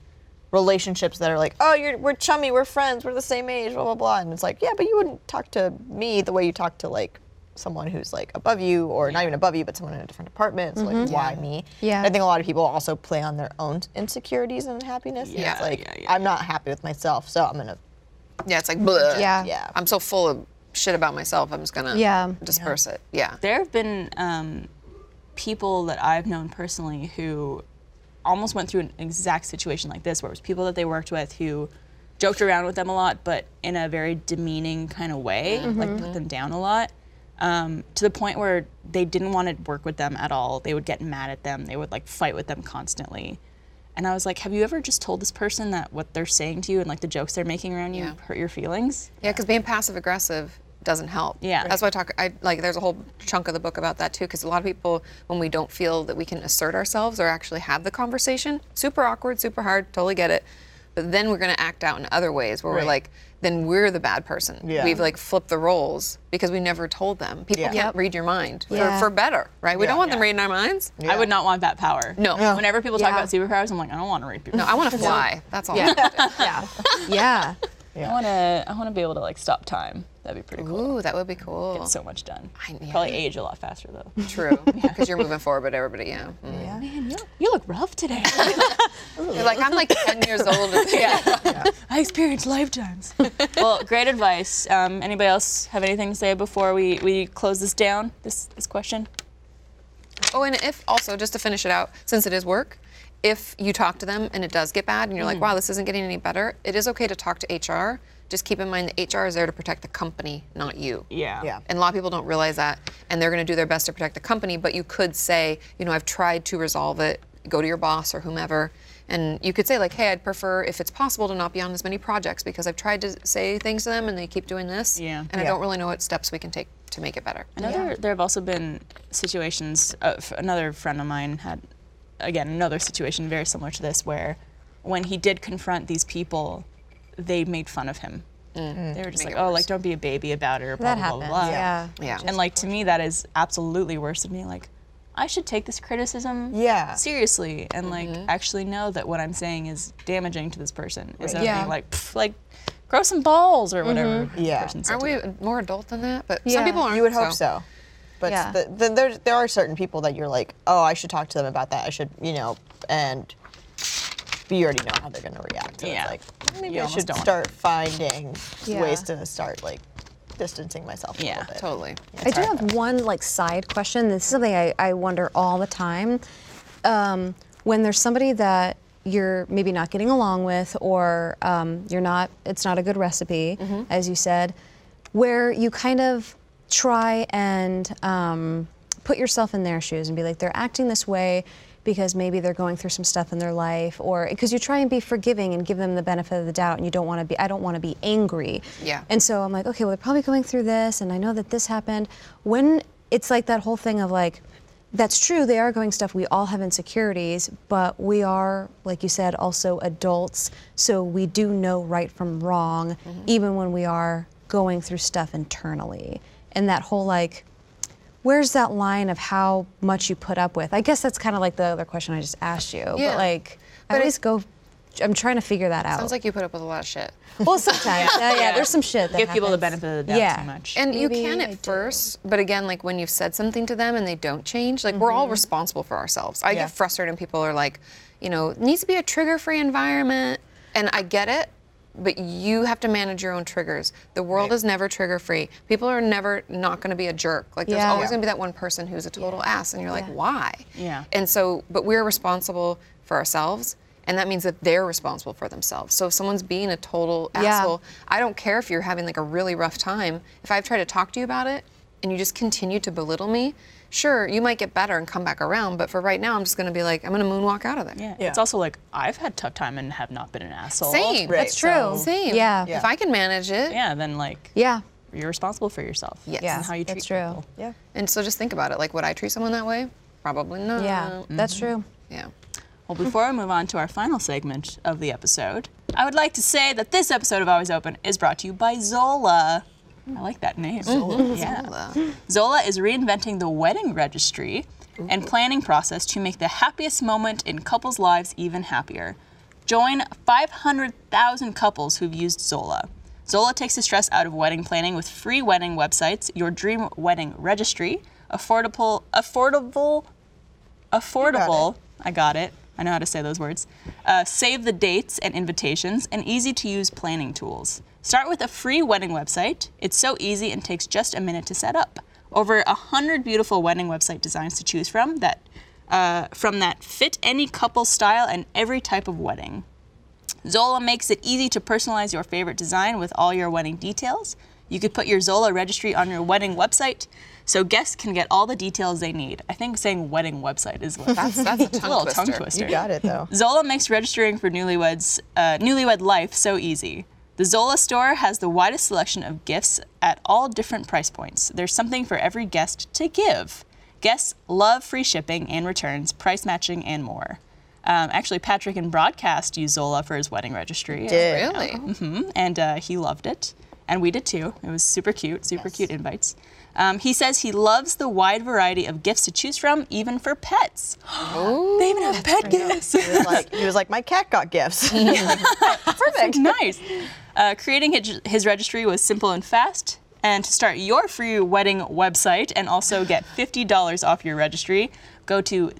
S4: relationships that are like, oh, you're we're chummy, we're friends, we're the same age, blah blah blah, and it's like, yeah, but you wouldn't talk to me the way you talk to like someone who's like above you or not even above you but someone in a different department so like why me
S3: Yeah.
S4: i think a lot of people also play on their own insecurities and unhappiness and it's
S5: Yeah,
S4: like
S5: yeah, yeah.
S4: i'm not happy with myself so i'm gonna
S5: Yeah, it's like, bleh.
S3: Yeah.
S4: yeah
S5: I'm so full of shit about myself, I'm just going to
S3: Yeah.
S5: disperse it. Yeah.
S2: there have been um, people that I've known personally who almost went through an exact situation like this, where it was people that they worked with who joked around with them a lot, but in a very demeaning kind of way, like
S5: Mm-hmm.
S2: put them down a lot, um, to the point where they didn't want to work with them at all. They would get mad at them. They would like fight with them constantly. And I was like, have you ever just told this person that what they're saying to you and like the jokes they're making around you
S5: Yeah.
S2: hurt your feelings?
S5: Yeah, because being passive aggressive doesn't help.
S2: Yeah.
S5: that's why I talk. I like. There's a whole chunk of the book about that too, because a lot of people, when we don't feel that we can assert ourselves or actually have the conversation, super awkward, super hard. Totally get it. But then we're going to act out in other ways where
S4: Right.
S5: we're like, then we're the bad person.
S4: Yeah.
S5: We've like flipped the roles because we never told them. People
S4: Yeah.
S5: can't read your mind for-
S3: Yeah.
S5: for, better, right? We
S4: Yeah.
S5: don't want them
S2: Yeah.
S5: reading our minds.
S2: I would not want that power.
S5: No. No.
S2: Whenever people talk
S3: Yeah.
S2: about superpowers, I'm like, I don't want to rape people.
S5: No, I want to fly. That's all. I want to
S3: yeah. Yeah.
S2: I want to. I want to be able to like stop time. That'd be pretty
S5: do.
S2: cool.
S5: Ooh, that would be cool.
S2: Get so much done.
S5: I- yeah.
S2: Probably age a lot faster though.
S5: True, because you're moving forward, but everybody, yeah. Mm.
S2: Oh, Man, you look, you look rough today.
S5: You're like I'm like 10 years old.
S2: I experienced lifetimes. well, great advice. Um, anybody else have anything to say before we, we close this down? This this question.
S5: Oh, and if also, just to finish it out, since it is work, if you talk to them and it does get bad and you're
S2: Mm-hmm.
S5: like, wow, this isn't getting any better, it is okay to talk to HR. Just keep in mind that HR is there to protect the company, not you.
S2: Yeah.
S4: Yeah.
S5: And a lot of people don't realize that, and they're going to do their best to protect the company. But you could say, you know, I've tried to resolve it. Go to your boss or whomever, and you could say like, hey, I'd prefer if it's possible to not be on as many projects because I've tried to say things to them and they keep doing this.
S2: Yeah.
S5: And I don't really know what steps we can take to make it better.
S2: I know there, there have also been situations. Uh, f- another friend of mine had again another situation very similar to this where when he did confront these people, they made fun of him. They were just like,
S5: Mm. it
S2: oh, like don't be a baby about it or blah
S3: That
S2: blah blah,
S3: happens.
S2: blah.
S3: Yeah.
S5: Yeah.
S2: And like to me, that is absolutely worse than me. Like, I should take this criticism
S4: Yeah.
S2: seriously and like
S5: Mm-hmm.
S2: actually know that what I'm saying is damaging to this person. Instead
S5: Yeah.
S2: of being like, "Pff, like, grow some balls or whatever. the
S4: Yeah.
S2: person said
S5: Aren't
S2: to
S5: we
S2: them.
S5: more adult than that? But
S3: Yeah.
S5: some people aren't.
S4: You would hope so. But
S3: Yeah.
S4: the, the, there, there are certain people that you're like, oh, I should talk to them about that. I should, you know, and but you already know how they're going to react. So
S2: Yeah.
S4: It's like, maybe
S2: You
S4: I
S2: almost
S4: should
S2: don't wanna-
S4: start finding
S3: Yeah.
S4: ways to start, like, distancing myself a
S2: Yeah,
S4: little bit.
S5: Totally.
S3: I do have one like side question. This is something I, I wonder all the time. Um, when there's somebody that you're maybe not getting along with, or um, you're not, it's not a good recipe, as you said, where you kind of try and um, put yourself in their shoes and be like, they're acting this way because maybe they're going through some stuff in their life, or because you try and be forgiving and give them the benefit of the doubt, and you don't want to be, I don't want to be angry.
S5: Yeah.
S3: And so I'm like, okay, well, they're probably going through this, and I know that this happened. When it's like that whole thing of like, that's true, they are going stuff. We all have insecurities, but we are, like you said, also adults. So we do know right from wrong,
S5: Mm-hmm.
S3: even when we are going through stuff internally. And that whole like, where's that line of how much you put up with? I guess that's kind of like the other question I just asked you.
S5: Yeah.
S3: But like, I
S5: But
S3: always
S5: it-
S3: go, I'm trying to figure that out.
S5: Sounds like you put up with a lot of shit.
S3: well, sometimes. yeah. yeah, there's some shit that
S2: give people the
S3: happens.
S2: benefit of the doubt
S3: Yeah.
S2: too much.
S5: And you
S7: Maybe
S5: can
S7: I do.
S5: at first, but again, like when you've said something to them and they don't change, like we're all responsible for ourselves. I
S4: Yeah.
S5: get frustrated when people are like, you know, it needs to be a trigger free environment. And I get it, but you have to manage your own triggers. The world is never trigger free. People are never not going to be a jerk. Like there's
S3: Yeah.
S5: always going to be that one person who's a total ass, and you're like, why?
S2: Yeah.
S5: And so, but we're responsible for ourselves. And that means that they're responsible for themselves. So if someone's being a total
S3: Yeah.
S5: asshole, I don't care if you're having like a really rough time. If I've tried to talk to you about it and you just continue to belittle me, sure, you might get better and come back around. But for right now, I'm just going to be like, I'm going to moonwalk out of there.
S2: yeah.
S4: Yeah.
S2: It's also like I've had tough time and have not been an asshole.
S5: Same.
S4: Right.
S3: That's true.
S5: Same.
S3: Yeah.
S5: If I can manage it.
S2: Yeah, then like
S3: Yeah.
S2: you're responsible for yourself.
S5: Yes.
S3: Yeah.
S2: And how you treat
S3: That's true.
S2: people.
S4: Yeah.
S5: And so just think about it. Like, would I treat someone that way? Probably not.
S3: Yeah, that's true.
S5: Yeah.
S2: Well, before we move on to our final segment of the episode, I would like to say that this episode of Always Open is brought to you by Zola. I like that name. Zola. Yeah. Zola is reinventing the wedding registry and planning process to make the happiest moment in couples' lives even happier. Join 500,000 couples who've used Zola. Zola takes the stress out of wedding planning with free wedding websites, your dream wedding registry, affordable affordable affordable. I got it. I know how to say those words. Uh, save the dates and invitations, and easy to use planning tools. Start with a free wedding website. It's so easy and takes just a minute to set up. Over a hundred beautiful wedding website designs to choose from that uh, from that fit any couple style and every type of wedding. Zola makes it easy to personalize your favorite design with all your wedding details. You could put your Zola registry on your wedding website so guests can get all the details they need. I think saying wedding website is
S5: That's, that's a tongue
S2: a little
S5: twister.
S2: tongue twister.
S4: Got it, though.
S2: Zola makes registering for newlyweds, uh, newlywed life so easy. The Zola store has the widest selection of gifts at all different price points. There's something for every guest to give. Guests love free shipping and returns, price matching, and more. Um, actually, Patrick in broadcast used Zola for his wedding registry,
S5: Really?
S2: and uh, he loved it, and we did too. It was super cute, super cute invites. Um, he says he loves the wide variety of gifts to choose from, even for pets. they even have pet gifts.
S4: He was like, he was like, my cat got gifts.
S2: Perfect. nice. Uh, creating his, his registry was simple and fast. And to start your free wedding website and also get $50 off your registry, go to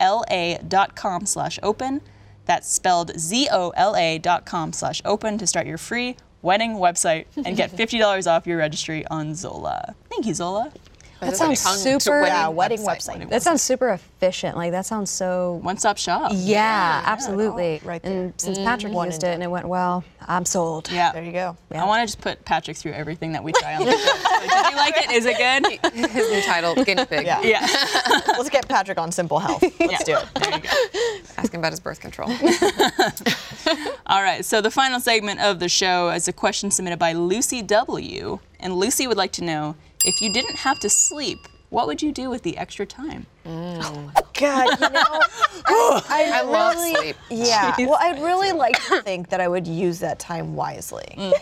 S2: zola.com slash open. That's spelled Z-O-L-A dot com slash open to start your free wedding website and get $50 off your registry on Zola. Thank you, Zola.
S5: That is a
S3: sounds
S5: tongue to
S3: super-
S5: wedding
S4: yeah, wedding
S5: website.
S4: website.
S3: That sounds super efficient. Like that sounds so.
S2: One stop shop.
S3: Yeah, absolutely.
S4: right
S3: and since Patrick used it and it went well, I'm sold.
S2: Mm-hmm. Yeah.
S4: There you go.
S2: I want to just put Patrick through everything that we try on the show. So, Did you like it? Is it good?
S5: His entitled guinea pig.
S4: Yeah.
S2: Yeah.
S4: Let's get Patrick on Simple Health. Let's do it.
S2: There you go.
S5: Ask him about his birth control.
S2: All right, so the final segment of the show is a question submitted by Lucy W. And Lucy would like to know if you didn't have to sleep, what would you do with the extra time?
S4: God, you know, I,
S5: I love
S4: really-
S5: sleep.
S4: Yeah. Well, I'd really like to think that I would use that time wisely.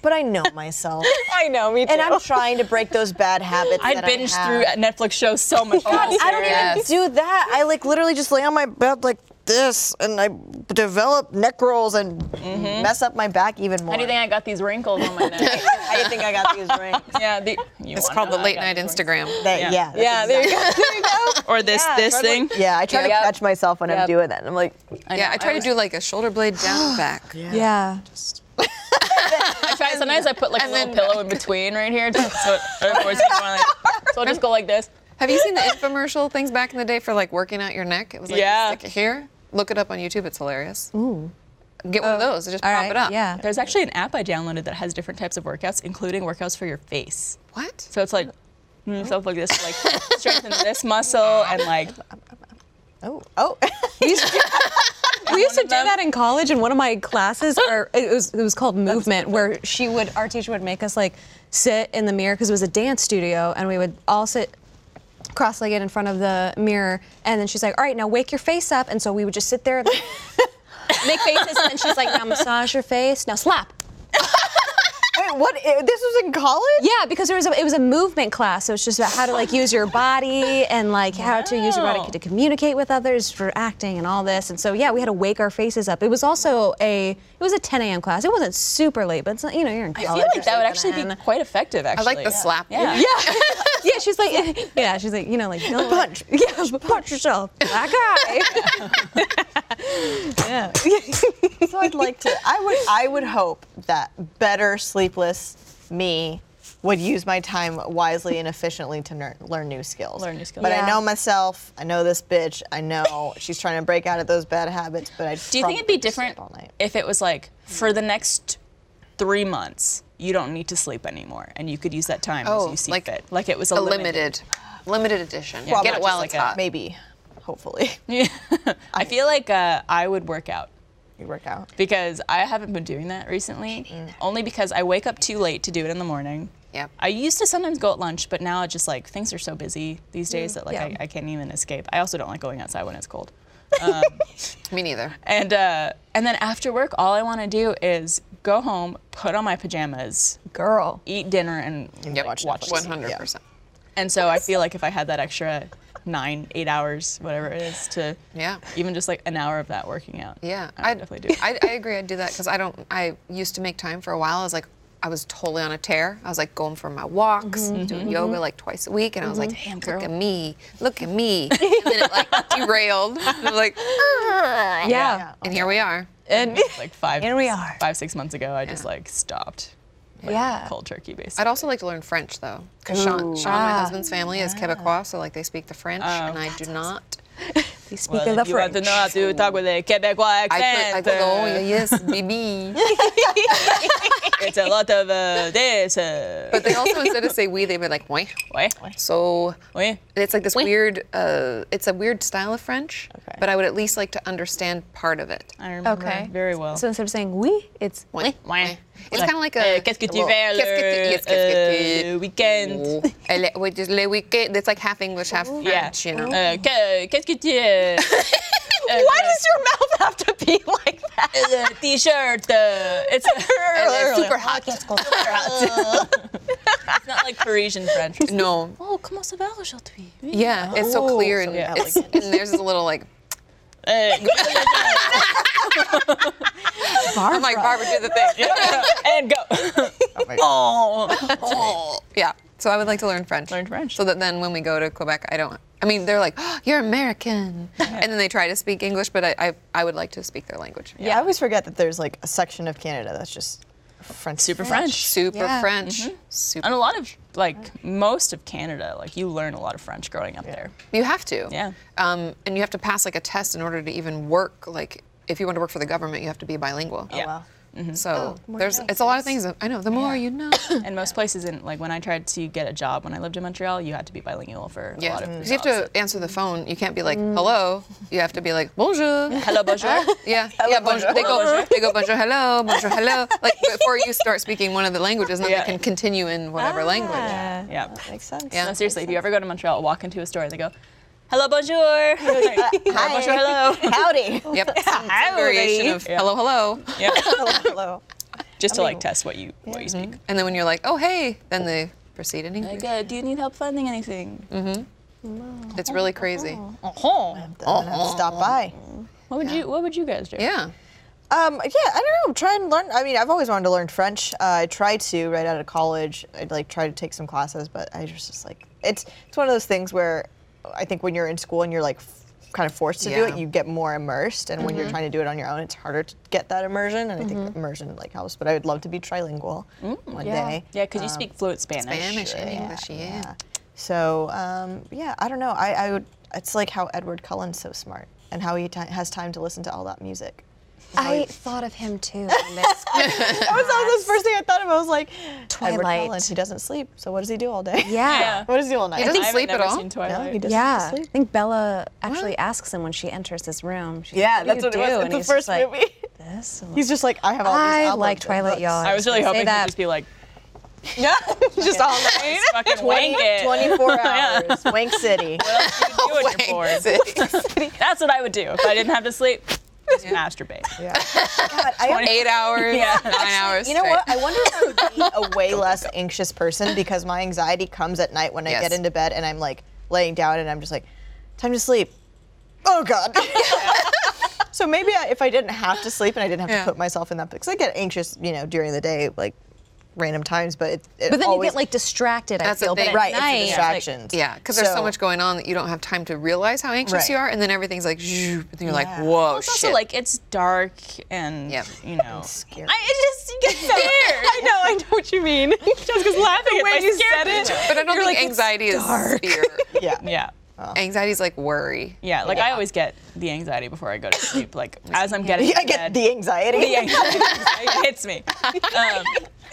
S4: But I know myself,
S6: I know, me too.
S4: and I'm trying to break those bad habits.
S2: I
S4: that
S2: binged
S4: have.
S2: through Netflix shows so much.
S4: God, I don't
S5: Yes.
S4: even do that. I like literally just lay on my bed like this, and I develop neck rolls and mess up my back even more.
S2: How do you think I got these wrinkles on my neck?
S4: How do you think I got these rings?
S2: yeah, the, you
S5: It's
S2: wanna
S5: called
S2: know
S5: the
S2: I
S5: late
S2: got
S5: night
S2: these wrinkles.
S5: Instagram.
S4: That- yeah. that's
S2: Yeah, there you go. There you go. Or this this
S4: exactly-
S2: thing.
S4: Yeah, I try to
S2: Yep.
S4: catch myself when I'm
S2: Yep.
S4: doing that. And I'm like,
S5: yeah, I try to do like a shoulder blade down back. Yeah.
S3: Yeah.
S2: I try. Sometimes I put like a
S5: and
S2: little
S5: then-
S2: pillow in between right here, just so it avoids it going like- So I'll just go like this.
S5: Have you seen the infomercial things back in the day for like working out your neck? It was like
S2: Yeah.
S5: yeah. stick it here. Look it up on YouTube. It's hilarious. Ooh. Get one of
S2: Oh.
S5: those. and Just
S3: All
S5: pop
S3: right.
S5: it up.
S3: Yeah.
S2: There's actually an app I downloaded that has different types of workouts, including workouts for your face.
S5: What?
S2: So it's like mm, stuff like this, like strengthen this muscle and like
S4: oh, oh.
S3: We used to do, we used to do that in college in one of my classes, or it was it was called movement, where she would our teacher would make us like sit in the mirror because it was a dance studio, and we would all sit cross-legged in front of the mirror, and then she's like, "All right, now wake your face up," and so we would just sit there, like, make faces, and then she's like, "Now massage your face, now slap."
S4: Wait, what? i- This was in college?
S3: Yeah, because there was a, it was a movement class, so it's just about how to like use your body and like how to use your body to communicate with others for acting and all this. And so yeah, we had to wake our faces up. It was also a it was a 10 a.m. class. It wasn't super late, but it's not, you know you're in
S2: I
S3: college.
S2: feel like that would actually be
S3: and-
S2: quite effective. Actually,
S5: like the slap.
S2: Yeah.
S5: Yeah.
S3: yeah, yeah. She's like yeah, she's like you know like don't
S4: Punch.
S3: yeah punch yourself black eye.
S4: So I'd like to. I would. I would hope that better sleepless me would use my time wisely and efficiently to ner- learn new skills.
S2: Learn new skills.
S4: But
S3: Yeah.
S4: I know myself. I know this bitch. I know she's trying to break out of those bad habits. But I.
S2: Do you think it'd be different
S4: All night.
S2: if it was like for the next three months you don't need to sleep anymore and you could use that time as
S5: Oh,
S2: you see
S5: like
S2: fit? Like it was a,
S5: A limited, limited edition.
S2: Yeah.
S5: Get it
S2: Just
S5: while
S2: like
S5: it's
S2: a-
S5: hot.
S4: Maybe. Hopefully,
S2: I feel like uh, I would work out
S4: you work out.
S2: because I haven't been doing that recently. Only because I wake up too late to do it in the morning.
S5: Mm. Yep.
S2: I used to sometimes go at lunch, but now it just like things are so busy these
S5: Mm,
S2: days that like I, I can't even escape. I also don't like going outside when it's cold.
S5: Me neither.
S2: And uh, and then after work, all I want to do is go home, put on my pajamas,
S3: Girl,
S2: eat dinner, and like, watch,
S5: One
S2: TV.
S5: hundred percent.
S2: And so I feel like if I had that extra nine, eight hours, whatever it is, to
S5: Yeah.
S2: even just like an hour of that working out,
S5: Yeah,
S2: I would definitely do. it.
S5: I, I agree. I'd do that because I don't. I used to make time for a while. I was like, I was totally on a tear. I was like going for my walks,
S2: Mm-hmm.
S5: doing yoga like twice a week, and I was like, damn, look at me, look at me. and then it like derailed. And I'm like,
S3: yeah.
S5: and here we are.
S2: and like five,
S3: Here we are.
S2: five, six months ago, I just like stopped. Like,
S3: Yeah.
S2: cold turkey basically.
S5: I'd also like to learn French though, because Sean, Sean my husband's family is Quebecois, so like they speak the French, and I do not.
S3: They speak
S2: Well,
S3: of the
S2: if you want
S3: French.
S2: to know how to talk with a Quebecois
S5: I could, I
S2: accent,
S5: could go, oh
S2: uh,
S5: yes, baby.
S2: it's a lot of uh, this. Uh,
S5: but they also instead of say we, they would like oui.
S2: wait,
S5: So
S2: wait.
S5: It's like this weird. Uh, it's a weird style of French, but I would at least like to understand part of it.
S2: I remember
S3: Okay.
S2: very well.
S3: So instead of saying we, it's
S5: Wait,
S2: Ouais.
S5: It's kind of like a.
S2: Uh, qu'est-ce que tu
S5: well,
S2: fais
S5: qu'est-ce que tu-
S2: le,
S5: yes, qu'est-ce que
S2: euh,
S5: tu-
S2: weekend?
S5: Oh. Uh, le- we just- le weekend. It's like half English, half
S2: Yeah.
S5: French. You know.
S2: Uh, que- qu'est-ce que tu. euh, euh,
S6: Why does your mouth have to be like that?
S2: uh, t-shirt. Uh, it's
S5: Uh,
S2: it's
S5: super hot.
S2: not like Parisian French.
S5: No.
S2: Oh, comment ça va aujourd'hui?
S5: Yeah, it's so clear and,
S2: yeah.
S5: it's, and there's a little like.
S2: Uh,
S5: I'm like Barbara, do the thing.
S2: and go. oh,
S5: Oh, yeah. So I would like to learn French.
S2: Learn French.
S5: So that then when we go to Quebec, I don't. I mean, they're like, oh, "You're American," and then they try to speak English, but I, I, I would like to speak their language.
S4: Yeah. I always forget that there's like a section of Canada that's just French. Oh,
S2: super French.
S5: Super French.
S2: Mm-hmm.
S5: Super.
S2: And a lot of like most of Canada, like you learn a lot of French growing up there.
S5: You have to.
S2: Yeah.
S5: Um, and you have to pass like a test in order to even work. Like, if you want to work for the government, you have to be bilingual.
S2: Yeah. Mm-hmm.
S4: Wow.
S5: So there's it's a lot of things. that- I know. The more you know.
S2: And most places in like when I tried to get a job when I lived in Montreal, you had to be bilingual for a
S5: Yeah.
S2: lot of.
S5: Because Mm. you have
S2: jobs.
S5: to answer the phone. You can't be like hello. You have to be like bonjour.
S2: Hello, bonjour.
S5: Yeah. yeah. Bonjour. They go. They go bonjour. Hello. Bonjour. Hello. Like before you start speaking one of the languages, and then
S2: Yeah.
S5: they can continue in whatever language.
S2: yeah.
S4: Makes sense.
S3: uh,
S5: Yeah.
S2: No, seriously, if you ever go to Montreal, walk into a store, they go, Hello, bonjour. Hi. Bonjour, hello.
S4: Howdy.
S5: Yep. Some, some variation of hello, hello.
S4: Hello.
S2: Just to like test what you what you speak.
S5: And then when you're like, oh, hey, then they proceed in English.
S2: Good. Do you need help finding anything?
S5: It's really crazy.
S2: Uh-huh.
S4: I'm gonna have to Stop by.
S2: What would you What would you guys do?
S5: Yeah.
S4: Um, yeah, I don't know. Try and learn. I mean, I've always wanted to learn French. Uh, I tried to right out of college. I like tried to take some classes, but I was just like it's it's one of those things where I think when you're in school and you're like f- kind of forced to do
S5: Yeah.
S4: it, you get more immersed. And when you're trying to do it on your own, it's harder to get that immersion. And I think immersion like helps. But I would love to be trilingual one day.
S2: Yeah, because you speak fluent Spanish.
S5: Um, Spanish and English, yeah.
S4: So um, yeah, I don't know. I, I would. It's like how Edward Cullen's so smart and how he ti has time to listen to all that music.
S3: I thought of him too. in this.
S4: That was, that was the first thing I thought of. I was like, Edward
S3: Twilight.
S4: Cullen, he doesn't sleep. So what does he do all day?
S3: yeah.
S4: what does he do all night?
S5: He doesn't
S2: I haven't
S5: sleep at
S2: never
S5: all.
S2: seen Twilight.
S4: no, he doesn't
S3: Yeah, I
S4: sleep.
S3: think Bella actually asks him when she enters his room. She's
S4: Yeah,
S3: like,
S4: that's
S3: what
S4: what
S3: do you
S4: it
S3: do?"
S4: was. It's
S3: And
S4: the
S3: he's
S4: first
S3: just like,
S4: movie.
S3: This one.
S4: He's just like, I have all these
S3: I
S4: albums
S3: like
S4: and
S3: Twilight,
S4: books."
S3: y'all.
S2: I was really
S3: gonna say
S2: hoping he'd
S3: that.
S2: just be like,
S4: Yeah, just all night.
S2: "Just fucking wank it.
S4: 24 hours. Wank City.
S2: You do when you're bored. That's what I would do if I didn't have to sleep. Just masturbate.
S4: Yeah. God, I am-
S5: Eight hours,
S2: Yeah.
S5: nine hours.
S4: You know
S5: straight.
S4: what? I wonder if I would be a way less anxious person because my anxiety comes at night when I
S5: Yes.
S4: get into bed and I'm like laying down and I'm just like, time to sleep. Oh God. so maybe I, if I didn't have to sleep and I didn't have to
S5: Yeah.
S4: put myself in that because I get anxious, you know, during the day, like random times, but it, it
S3: But then you
S4: always-
S3: get like distracted.
S5: That's
S3: I
S5: the
S3: feel, but
S5: thing.
S3: at
S4: right,
S3: night,
S4: it's the distractions.
S5: Yeah, because there's so
S4: So-
S5: much going on that you don't have time to realize how anxious
S4: Right.
S5: you are, and then everything's like, zhoo, and you're like,
S4: Yeah.
S5: whoa,
S4: Well,
S2: It's
S5: shit.
S2: also like it's dark and
S5: Yep.
S2: you know.
S4: Scary.
S2: I it just you get scared. I know.
S6: I know what you mean. Jessica's laughing at my scared picture.
S5: but I don't think anxiety is fear.
S4: yeah.
S2: Yeah.
S5: anxiety is like worry.
S2: Yeah, like I always get the anxiety before I go to sleep. Like as I'm getting,
S4: I
S2: to
S4: get
S2: bed,
S4: the anxiety.
S2: the anxiety it hits me. Um,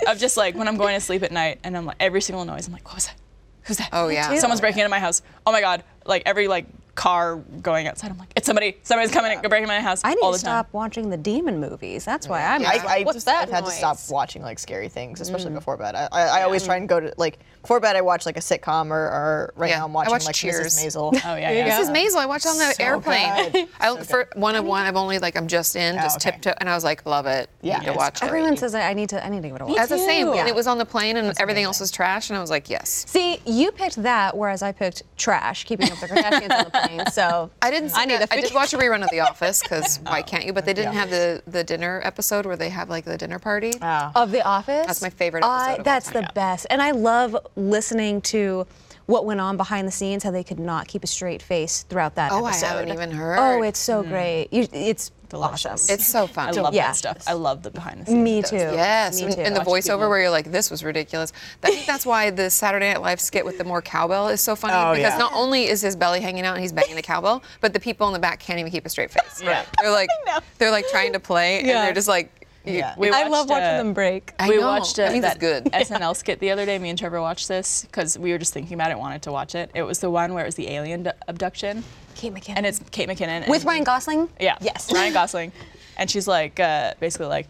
S2: of just like when I'm going to sleep at night, and I'm like every single noise. I'm like, what was that? Who's that?
S5: Oh, yeah. Me too.
S2: Someone's breaking into my house. Oh my god! Like every like car going outside. I'm like, it's somebody. Somebody's coming and breaking my house.
S3: I need
S2: all
S3: to
S2: the
S3: stop
S2: Time.
S3: watching the demon movies. That's why I'm.
S4: I, I
S6: What's
S4: just,
S6: that
S4: I've had to stop
S6: noise?
S4: watching like scary things, especially before bed. I, I, I always try and go to like before bed. I watch like a sitcom or, or right
S5: Yeah,
S4: now I'm
S5: I
S4: watching
S5: watch
S4: like
S5: Cheers.
S4: Mrs. Maisel.
S2: Oh yeah, yeah.
S5: Mrs. Maisel, I watched it on the airplane.
S4: good.
S5: I Oh, for one of one, I'm only like I'm just in, just
S4: okay.
S5: tiptoe, and I was like, love it.
S4: Yeah. Yeah,
S5: need to
S4: it's
S5: watch it.
S3: Everyone says I I need to. I need to give it a watch.
S5: That's the same. And it was on the plane, and everything else was trash, and I was like, yes.
S3: See, you picked that, whereas I picked trash. Keeping up the Kardashians on the plane. So
S5: I didn't. See I need. I did watch a rerun of The Office because why can't you? But they didn't have the the dinner episode where they have like the dinner party.
S3: of The Office.
S5: That's my favorite episode
S3: I-
S5: of all
S3: that's
S5: time.
S3: the best, and I love listening to what went on behind the scenes, how they could not keep a straight face throughout that
S5: Oh, I
S3: episode.
S5: haven't even heard.
S3: Oh, it's so great. You, it's awesome.
S5: It's so fun.
S2: I love
S3: Yeah.
S2: that stuff. I love the behind the scenes.
S3: me too.
S5: Yes,
S3: me
S5: and-
S3: too.
S5: and the voiceover where you're like, "This was ridiculous." I think that's why the Saturday Night Live skit with the more cowbell is so funny because
S4: yeah.
S5: not only is his belly hanging out and he's banging the cowbell, but the people in the back can't even keep a straight face.
S2: Yeah.
S5: they're like, they're like trying to play, and they're just like,
S4: Yeah.
S5: we,
S2: I love watching them
S6: break.
S5: I
S2: uh, we
S5: know.
S2: watched
S5: I
S2: uh,
S5: think it's
S2: that
S5: good.
S2: SNL skit the other day. Me and Trevor watched this because we were just thinking about it, wanted to watch it. It was the one where it was the alien d- abduction,
S3: Kate McKinnon.
S2: and it's Kate McKinnon and-
S3: with Ryan Gosling.
S2: Yeah.
S3: Yes.
S2: Ryan Gosling, and she's like, uh, basically like,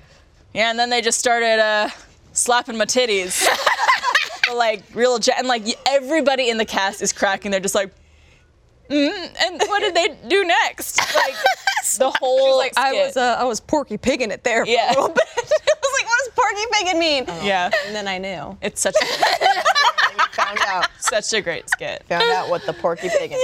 S2: yeah, and then they just started uh, slapping my titties, But, like real, ge- and like y- everybody in the cast is cracking. They're just like. Mm, and what did they do next? Like the whole. Like,
S6: I was uh, I was Porky Pigging it there.
S2: Yeah.
S6: For a little bit. I was like, what does Porky Pigging mean?
S2: yeah,
S6: And then I knew.
S2: it's such a,
S4: found out
S2: such a great skit.
S4: found out what the Porky Pig. is.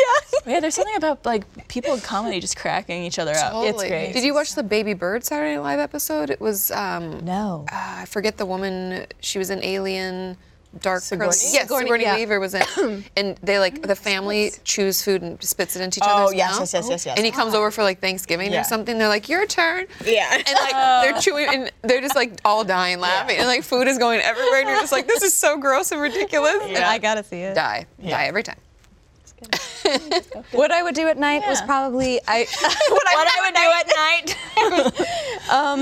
S2: Yeah, there's something about like people in comedy just cracking each other up. It's
S5: Totally.
S2: great.
S5: Did you watch the Baby Bird Saturday Night Live episode? It was um,
S3: No.
S5: I forget the woman. She was an alien. Dark Sigourney? Yes,
S3: Sigourney,
S5: Sigourney,
S3: yeah.
S5: Weaver was in, and they like the family chews food and spits it into each
S4: Oh,
S5: other's
S4: yes,
S5: mouth.
S4: yes, yes, yes, yes.
S5: And he comes over for like Thanksgiving
S4: Yeah.
S5: or something. They're like, "Your turn."
S4: Yeah. Oh.
S5: And like they're chewing, and they're just like all dying laughing, and like food is going everywhere, and you're just like, "This is so gross and ridiculous." And I
S6: I gotta see it.
S5: die, die every time.
S3: What I would do at night was probably I. what I, would do at night.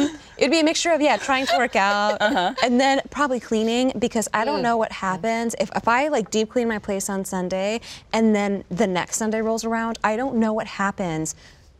S3: um, it'd be a mixture of yeah, trying to work out, and then probably cleaning because I don't know what happens if if I like deep clean my place on Sunday, and then the next Sunday rolls around, I don't know what happens.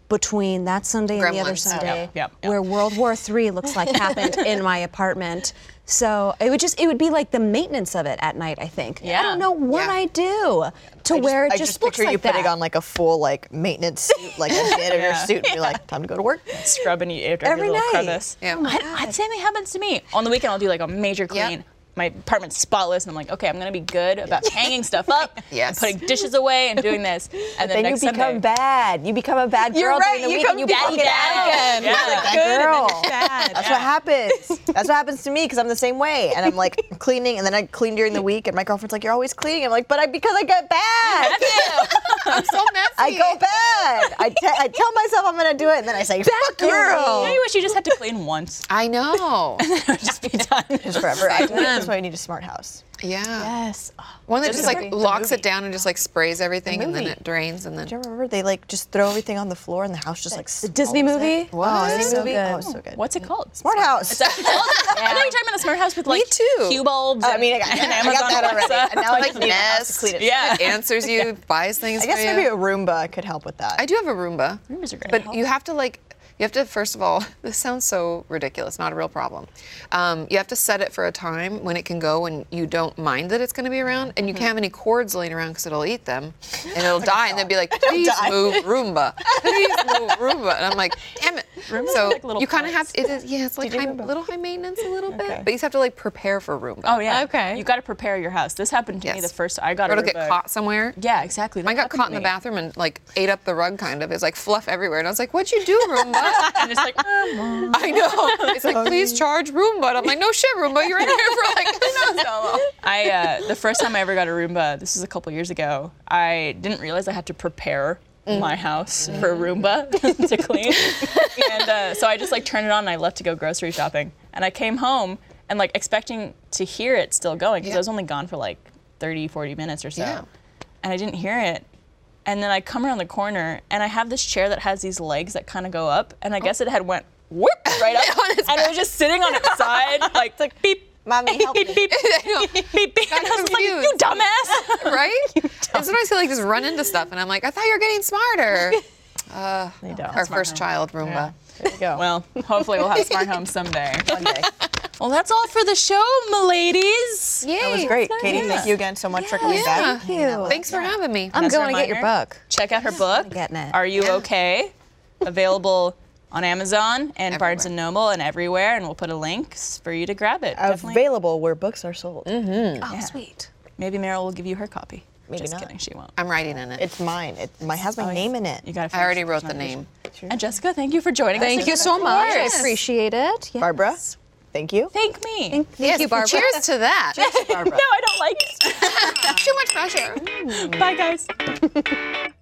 S3: between that Sunday and the other
S5: Gremlins. Oh,
S3: Sunday,
S2: yep, yep.
S3: where World War III looks like happened in my apartment. So it would just it would be like the maintenance of it at night. I think. I
S2: Yeah.
S3: don't know what
S5: Yeah.
S3: I do to
S4: I
S3: where it
S4: I
S3: just,
S4: just
S3: looks
S4: picture
S3: like
S4: you
S3: that.
S4: putting on like a full like maintenance suit, like a janitor suit, and you're like, time to go to work.
S6: Scrubbing you after
S3: Every
S6: every little
S3: night.
S6: crevice.
S5: Yeah.
S4: Oh
S2: I, I, same thing happens to me. On the weekend, I'll do like a major clean. My apartment's spotless, and I'm like, okay, I'm gonna be good about hanging stuff up,
S5: Yes.
S2: and putting dishes away, and doing this. And
S4: Then you
S2: next
S4: become
S2: Sunday,
S4: bad. You become a bad girl during the week, and you
S2: daddy
S4: walk it out.
S2: down. Yeah.
S4: That girl. That's what happens. That's what happens to me because I'm the same way. And I'm like cleaning, and then I clean during the week, and my girlfriend's like, "You're always cleaning." I'm like, "But I because I get bad.
S5: I'm so messy.
S4: I go bad. I te- I tell myself I'm gonna do it, and then I say, "Fuck girl." Ah.
S2: Maybe we should just have to clean once.
S5: I know.
S2: just be done.
S4: Just forever. after. That's why you need a smart house.
S5: Yeah.
S2: Yes.
S5: One that
S4: This
S5: just
S4: is
S5: like
S4: great. The
S5: locks
S4: movie.
S5: it down and just like sprays everything and then
S4: movie.
S5: it drains and then.
S4: Do you remember they like just throw everything on the floor, and the house just like
S3: The Disney movie.
S4: Oh, Disney
S3: so
S4: movie.
S3: good.
S4: Oh, it's so good.
S2: What's it called?
S4: smart house?
S2: It's actually called. I thought you were talking about a smart house with like
S5: too.
S2: cue bulbs.
S4: I mean, I got,
S2: and
S4: I
S2: Amazon
S4: got that already.
S2: Alexa.
S4: And now I
S5: like
S4: just need a house to
S5: nest.
S4: clean it.
S2: Yeah.
S5: It answers you, buys things.
S4: I guess
S5: for you.
S4: maybe a Roomba could help with that.
S5: I do have a Roomba.
S2: Roombas are great.
S5: But you have to like, you have to first of all. This sounds so ridiculous. Not a real problem. Um, you have to set it for a time when it can go, and you don't mind that it's going to be around,
S2: Mm-hmm.
S5: and you can't have any cords laying around because it'll eat them, and it'll die, and then be like, please
S4: die."
S5: move Roomba, please move Roomba, and I'm like, damn it. so
S2: are like little
S5: you kind of have
S2: plants.
S5: it is yeah, it's like high, little high maintenance a little bit, but you just have to like prepare for Roomba.
S2: Oh yeah.
S6: Okay.
S2: You got to prepare your house. This happened to me
S5: Yes.
S2: the first. I got
S5: Or
S2: a
S5: it'll get
S2: Roomba.
S5: caught somewhere.
S2: Yeah, exactly.
S5: I got caught in the bathroom and like ate up the rug, kind of. It was like fluff everywhere, and I was like, "What'd you do, Roomba?"
S2: and it's like, oh,
S5: I know. It's like, please charge Roomba. And I'm like, no shit, Roomba. You're in here for like who knows how long.
S2: I uh, the first time I ever got a Roomba, this was a couple years ago. I didn't realize I had to prepare
S5: Mm.
S2: my house for a Roomba to clean, and uh, so I just like turned it on and I left to go grocery shopping. And I came home and like expecting to hear it still going because I was only gone for like 30, 40 minutes or so,
S5: Yeah.
S2: and I didn't hear it. And then I come around the corner and I have this chair that has these legs that kind of go up, and I guess it had went whoop right up,
S5: On its
S2: and it was just sitting on its side like it's like beep.
S4: Mommy, help
S2: beep,
S4: me.
S2: beep,
S5: know.
S2: beep, beep, beep. And I was like, you
S5: confused.
S2: dumbass.
S5: Right? And sometimes you like just run into stuff, and I'm like, I thought you were getting smarter.
S4: They don't.
S5: Our first child, Roomba.
S4: There you go.
S2: Well, hopefully we'll have smart homes someday.
S4: One day.
S2: Well, that's all for the show, m'ladies.
S5: Yeah.
S4: That was great. Katie, thank you again so much for coming back.
S3: Thank you.
S5: Thanks for having me.
S3: I'm
S2: As a
S3: going to get your
S2: reminder,
S3: book.
S2: Check out her book.
S3: getting it.
S2: Are you okay? Available on Amazon and Barnes and Noble and everywhere, and we'll put a link s- for you to grab it. Definitely.
S4: Available where books are sold.
S3: Oh, sweet.
S2: Maybe Meryl will give you her copy.
S4: Maybe
S2: Just
S4: not.
S2: kidding, she won't.
S5: I'm writing in it.
S4: It's mine. It my has my name in it.
S2: You got to.
S5: I already wrote the name.
S2: And Jessica, thank you for joining us.
S3: Thank you so much. I appreciate it. Yes.
S4: Barbara, thank you.
S2: Thank me.
S3: Thank, thank you, Barbara.
S5: Cheers to that.
S2: no, I don't like it.
S5: Too much pressure.
S2: Bye, guys.